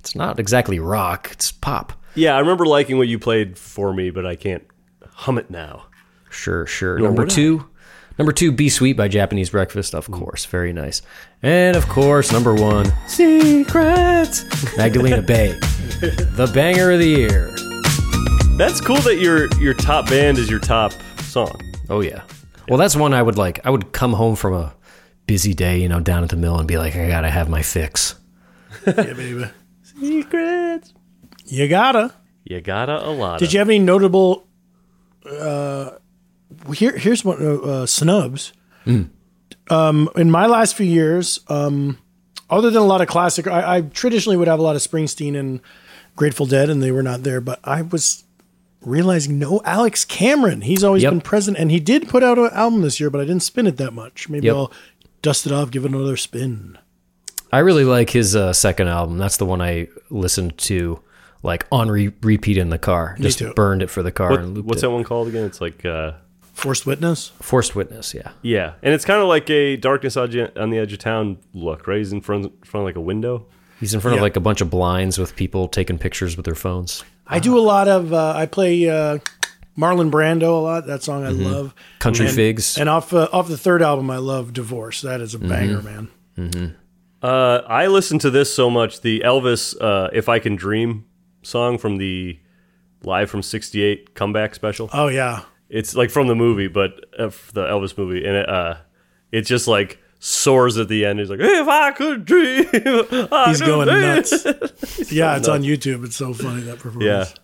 [SPEAKER 2] it's not exactly rock it's pop
[SPEAKER 1] Yeah, I remember liking what you played for me, but I can't hum it now.
[SPEAKER 2] Sure, sure. number
[SPEAKER 1] would I?
[SPEAKER 2] two, number two, "Be Sweet" by Japanese Breakfast, of
[SPEAKER 1] Mm.
[SPEAKER 2] course, very nice. And of course, number one, "Secrets," Magdalena Bay, the banger of the year.
[SPEAKER 1] That's cool that your your top band is your top song.
[SPEAKER 2] Oh yeah. Well, that's one I would like. I would come home from a busy day, you know, down at the mill, and be like, I gotta have my fix.
[SPEAKER 3] Yeah, baby.
[SPEAKER 1] Secrets.
[SPEAKER 3] You gotta.
[SPEAKER 1] You gotta a lot.
[SPEAKER 3] Did you have any notable? Uh, here, here's one uh, uh, snubs.
[SPEAKER 2] Hmm.
[SPEAKER 3] Um, in my last few years, um, other than a lot of classic, I, I traditionally would have a lot of Springsteen and Grateful Dead, and they were not there. But I was realizing no Alex Cameron. He's always
[SPEAKER 2] Yep.
[SPEAKER 3] been present, and he did put out an album this year, but I didn't spin it that much. Maybe
[SPEAKER 2] Yep.
[SPEAKER 3] I'll dust it off, give it another spin.
[SPEAKER 2] I really like his uh, second album. That's the one I listened to like on re- repeat in the car. Just
[SPEAKER 3] too.
[SPEAKER 2] burned it for the car and
[SPEAKER 1] What,
[SPEAKER 2] looped
[SPEAKER 1] what's
[SPEAKER 2] it.
[SPEAKER 1] that one called again? It's like uh,
[SPEAKER 3] Forced Witness.
[SPEAKER 2] Forced Witness, yeah.
[SPEAKER 1] yeah, and it's kind of like a darkness on the- on the edge of town look, right? He's in front front of like a window.
[SPEAKER 2] He's in front
[SPEAKER 3] Yeah.
[SPEAKER 2] of like a bunch of blinds with people taking pictures with their phones.
[SPEAKER 3] I do a lot of. Uh, I play uh, Marlon Brando a lot. That song I
[SPEAKER 2] Mm-hmm.
[SPEAKER 3] love.
[SPEAKER 2] Country
[SPEAKER 3] and,
[SPEAKER 2] Figs. Mm-hmm.
[SPEAKER 3] And off uh, off the third album, I love Divorce. That is a banger, man.
[SPEAKER 1] Uh, I listened to this so much. The Elvis uh, "If I Can Dream" song from the live from '68 comeback special.
[SPEAKER 3] Oh yeah,
[SPEAKER 1] it's like from the movie, but uh, f- the Elvis movie, and it, uh, it just like soars at the end. He's like, "If I could dream," I
[SPEAKER 3] he's
[SPEAKER 1] could
[SPEAKER 3] going
[SPEAKER 1] dream."
[SPEAKER 3] nuts. yeah, it's on YouTube. It's so funny that performance.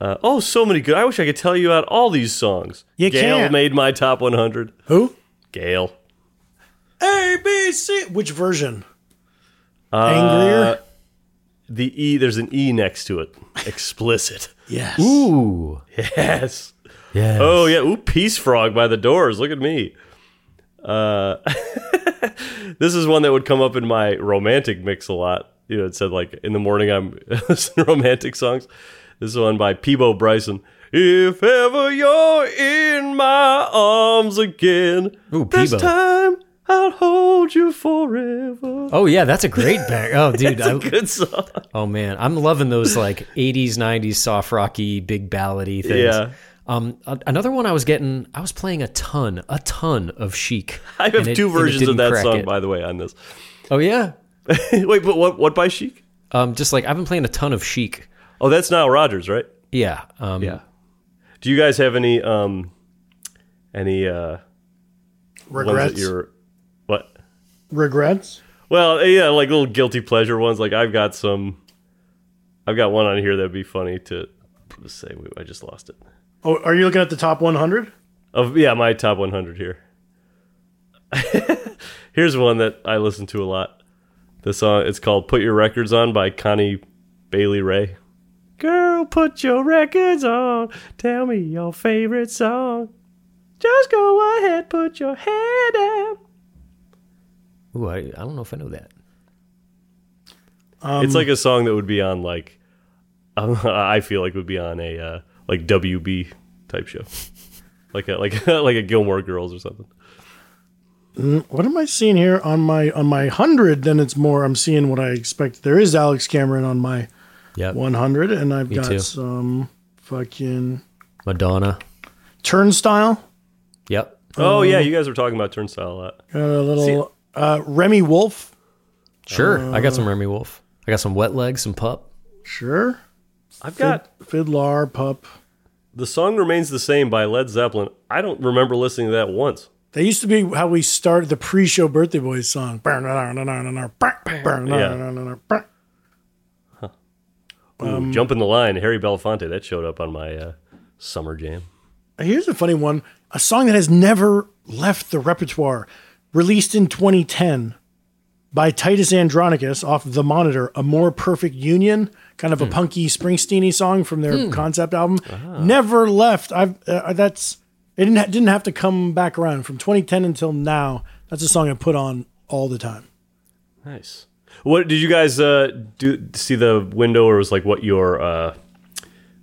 [SPEAKER 1] Yeah. Uh, oh, so many good. I wish I could tell you out all these songs.
[SPEAKER 3] You
[SPEAKER 1] Gail
[SPEAKER 3] can't.
[SPEAKER 1] made my top 100.
[SPEAKER 3] Who?
[SPEAKER 1] Gail.
[SPEAKER 3] A B C. Which version?
[SPEAKER 2] Uh,
[SPEAKER 3] Angrier.
[SPEAKER 1] The E, there's an E next to it. Explicit.
[SPEAKER 3] Yes.
[SPEAKER 2] Ooh.
[SPEAKER 1] yes.
[SPEAKER 2] Yeah.
[SPEAKER 1] Oh, yeah. Ooh, Peace Frog by the Doors. Look at me. Uh, this is one that would come up in my romantic mix a lot. You know, it said, like, in the morning I'm listening to romantic songs. This is one by Peebo Bryson. If ever you're in my arms again,
[SPEAKER 2] Ooh,
[SPEAKER 1] this
[SPEAKER 2] Peebo.
[SPEAKER 1] time I'll hold you forever.
[SPEAKER 2] Oh yeah, that's a great bang. Oh dude, I,
[SPEAKER 1] Good song.
[SPEAKER 2] oh man, I'm loving those like 80s, 90s soft rocky, big ballady things.
[SPEAKER 1] Yeah.
[SPEAKER 2] Um, a- another one I was getting, I was playing a ton, a ton of Chic.
[SPEAKER 1] I have
[SPEAKER 2] and it-
[SPEAKER 1] two
[SPEAKER 2] and it
[SPEAKER 1] versions of
[SPEAKER 2] didn't
[SPEAKER 1] that
[SPEAKER 2] crack
[SPEAKER 1] song,
[SPEAKER 2] it.
[SPEAKER 1] by the way, on this.
[SPEAKER 2] Oh yeah,
[SPEAKER 1] Wait, but what? What by Chic?
[SPEAKER 2] um, just like I've been playing a ton of Chic.
[SPEAKER 1] Oh, that's Nile Rodgers, right?
[SPEAKER 2] Yeah, um,
[SPEAKER 1] Do you guys have any um any uh ones that
[SPEAKER 3] Regrets.
[SPEAKER 1] you're what?
[SPEAKER 3] Regrets.
[SPEAKER 1] Well, yeah, like little guilty pleasure ones. Like I've got some. I've got one on here that'd be funny to to say. Wait, I just lost it.
[SPEAKER 3] Oh, are you looking at the top 100?
[SPEAKER 1] Of yeah, my top 100 here. Here's one that I listen to a lot. The song it's called "Put Your Records On" by Connie Bailey Ray. Girl, put your records on. Tell me your favorite song. Just go ahead, put your head up.
[SPEAKER 2] Ooh, I, I don't know if I know that.
[SPEAKER 1] it's like a song that would be on like, I feel like would be on a uh, like WB type show, like a like like a Gilmore Girls or something.
[SPEAKER 3] What am I seeing here on my on my hundred? Then it's more. I'm seeing what I expect. There is Alex Cameron on my
[SPEAKER 2] Yeah,
[SPEAKER 3] 100, and I've got
[SPEAKER 2] too.
[SPEAKER 3] some fucking
[SPEAKER 2] Madonna.
[SPEAKER 3] Turnstile.
[SPEAKER 2] Yep.
[SPEAKER 1] Oh yeah, you guys were talking about Turnstile a lot.
[SPEAKER 3] Got a little uh, Remy Wolf.
[SPEAKER 2] Sure. I got some Remy Wolf. I got some Wet Legs, some Pup.
[SPEAKER 3] Sure.
[SPEAKER 1] I've got
[SPEAKER 3] Fiddler Pup.
[SPEAKER 1] The song remains the same by Led Zeppelin. I don't remember listening to that once.
[SPEAKER 3] That used to be how we started the pre-show Birthday Boys song. Yeah.
[SPEAKER 1] Ooh, Jump in the line, Harry Belafonte. That showed up on my uh, summer jam.
[SPEAKER 3] Here's a funny one. A song that has never left the repertoire, released in 2010 by Titus Andronicus off The Monitor, A More Perfect Union, kind of a punky Springsteen song from their concept album. Never left. I've uh, that's it didn't ha- didn't have to come back around from 2010 until now. That's a song I put on all the time.
[SPEAKER 1] Nice. What did you guys uh, do? See the window, or was like what your uh,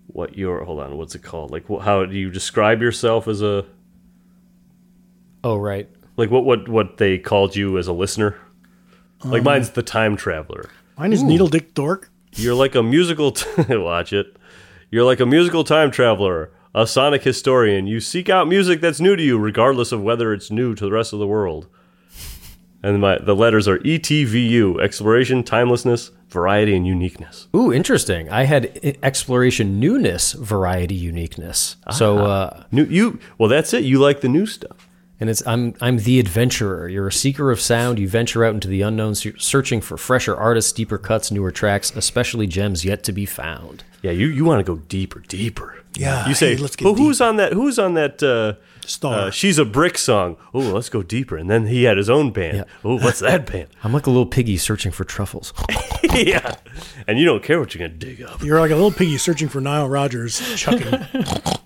[SPEAKER 1] what your hold on, what's it called? Like wh- how do you describe yourself as a
[SPEAKER 2] Oh, right.
[SPEAKER 1] like what what what they called you as a listener? Like mine's the time traveler.
[SPEAKER 3] Mine is Needle Dick Dork.
[SPEAKER 1] You're like a musical. T- watch it. You're like a musical time traveler, a sonic historian. You seek out music that's new to you, regardless of whether it's new to the rest of the world. and my the letters are E ETVU: exploration, timelessness, variety, and uniqueness.
[SPEAKER 2] Ooh, interesting. I had i- exploration, newness, variety, uniqueness. So, uh,
[SPEAKER 1] New you well, that's it. You like the new stuff.
[SPEAKER 2] and it's I'm I'm the adventurer. You're a seeker of sound. You venture out into the unknown, se- searching for fresher artists, deeper cuts, newer tracks, especially gems yet to be found.
[SPEAKER 1] Yeah, you you want to go deeper, deeper.
[SPEAKER 3] Yeah,
[SPEAKER 1] you say.
[SPEAKER 3] hey, let's get Oh.
[SPEAKER 1] but who's on that? Who's on that? Uh,
[SPEAKER 3] Star.
[SPEAKER 1] uh, she's a brick song. Oh, let's go deeper. And then he had his own band. Oh, what's that band?
[SPEAKER 2] I'm like a little piggy searching for truffles.
[SPEAKER 1] yeah, and you don't care what you're gonna dig up.
[SPEAKER 3] You're like a little piggy searching for Nile Rodgers, chucking a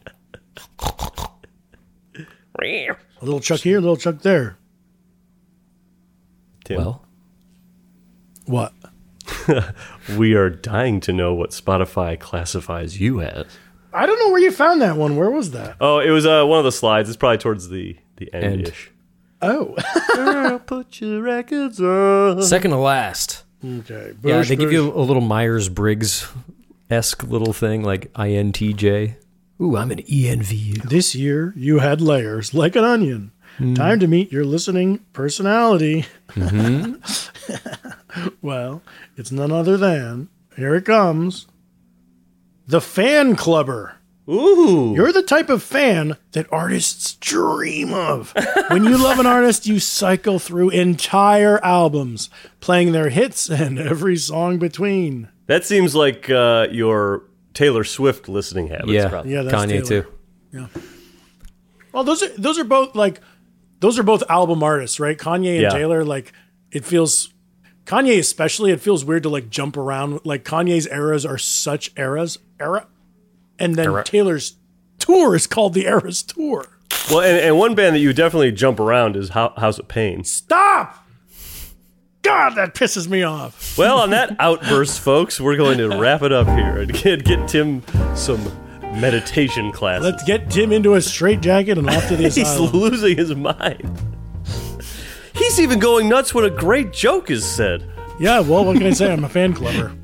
[SPEAKER 3] little chuck here, a little chuck there.
[SPEAKER 1] Tim,
[SPEAKER 2] well,
[SPEAKER 3] What?
[SPEAKER 1] we are dying to know what Spotify classifies you as.
[SPEAKER 3] I don't know where you found that one. Where was that?
[SPEAKER 1] Oh, it was uh, one of the slides. It's probably towards the the end ish.
[SPEAKER 3] Oh,
[SPEAKER 1] Put your records on.
[SPEAKER 2] second to last.
[SPEAKER 3] okay.
[SPEAKER 2] Yeah,
[SPEAKER 3] Bush,
[SPEAKER 2] they give
[SPEAKER 3] Bush.
[SPEAKER 2] you a little Myers Briggs esque little thing like INTJ. Ooh, I'm an E ENV.
[SPEAKER 3] This year, you had layers like an onion.
[SPEAKER 2] Hmm.
[SPEAKER 3] Time to meet your listening personality.
[SPEAKER 2] Mm-hmm.
[SPEAKER 3] well, it's none other than here it comes the fan clubber.
[SPEAKER 1] Ooh,
[SPEAKER 3] You're the type of fan that artists dream of. when you love an artist, you cycle through entire albums, playing their hits and every song between.
[SPEAKER 1] that seems like uh, your Taylor Swift listening habits.
[SPEAKER 2] Yeah,
[SPEAKER 1] probably.
[SPEAKER 3] Yeah, that's
[SPEAKER 2] Kanye
[SPEAKER 3] Taylor.
[SPEAKER 2] too.
[SPEAKER 3] Well, those are those are both like those are both album artists, right? Kanye and
[SPEAKER 1] Yeah.
[SPEAKER 3] Taylor. Like it feels Kanye especially. It feels weird to like jump around. Like Kanye's eras are such eras era, and then Taylor's tour is called the Eras Tour.
[SPEAKER 1] Well, and, and one band that you definitely jump around is Ho- House of Pain.
[SPEAKER 3] Stop. God, that pisses me off.
[SPEAKER 1] Well, on that outburst, folks, we're going to wrap it up here and get, get Tim some meditation classes.
[SPEAKER 3] Let's get Tim into a straitjacket and off to the
[SPEAKER 1] He's
[SPEAKER 3] asylum.
[SPEAKER 1] losing his mind. He's even going nuts when a great joke is said.
[SPEAKER 3] yeah, well, what can I say? I'm a fan clubber.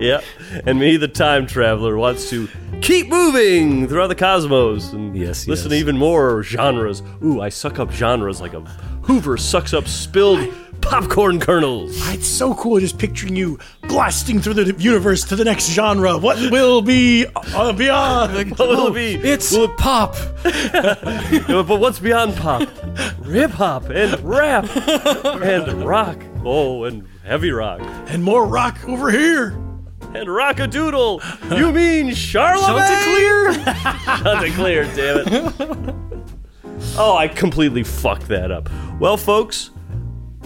[SPEAKER 1] Yeah, and me, the time traveler, wants to keep moving throughout the cosmos and
[SPEAKER 2] Yes,
[SPEAKER 1] listen to
[SPEAKER 2] yes.
[SPEAKER 1] even more genres. Ooh, I suck up genres like a Hoover sucks up spilled popcorn kernels.
[SPEAKER 3] It's so cool just picturing you blasting through the universe to the next genre. What will be uh, beyond?
[SPEAKER 1] What will it be?
[SPEAKER 2] It's pop.
[SPEAKER 1] Uh, but what's beyond pop? Hip hop and rap and rock. Oh, and heavy rock
[SPEAKER 3] and more rock over here.
[SPEAKER 1] and rock a doodle. You mean Charlemagne?
[SPEAKER 2] clear.
[SPEAKER 1] Nothing clear, damn it. Oh, I completely fucked that up. Well, folks,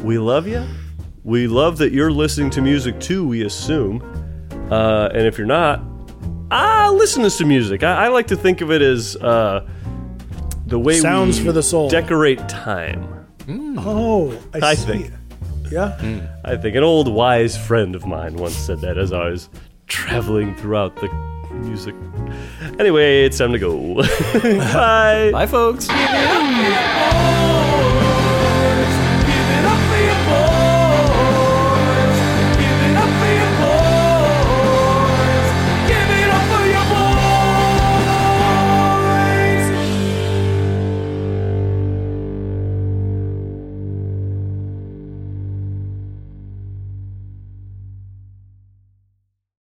[SPEAKER 1] we love you. We love that you're listening to music too, we assume. Uh, and if you're not, ah, listen to some music. I, I like to think of it as uh, the way
[SPEAKER 3] Sounds
[SPEAKER 1] we
[SPEAKER 3] for the soul.
[SPEAKER 1] decorate time.
[SPEAKER 3] Oh, I,
[SPEAKER 1] I
[SPEAKER 3] see.
[SPEAKER 1] think.
[SPEAKER 3] Yeah.
[SPEAKER 1] I think an old wise friend of mine once said that as I was traveling throughout the music. Anyway, it's time to go. Bye.
[SPEAKER 2] Bye, folks.
[SPEAKER 4] Oh,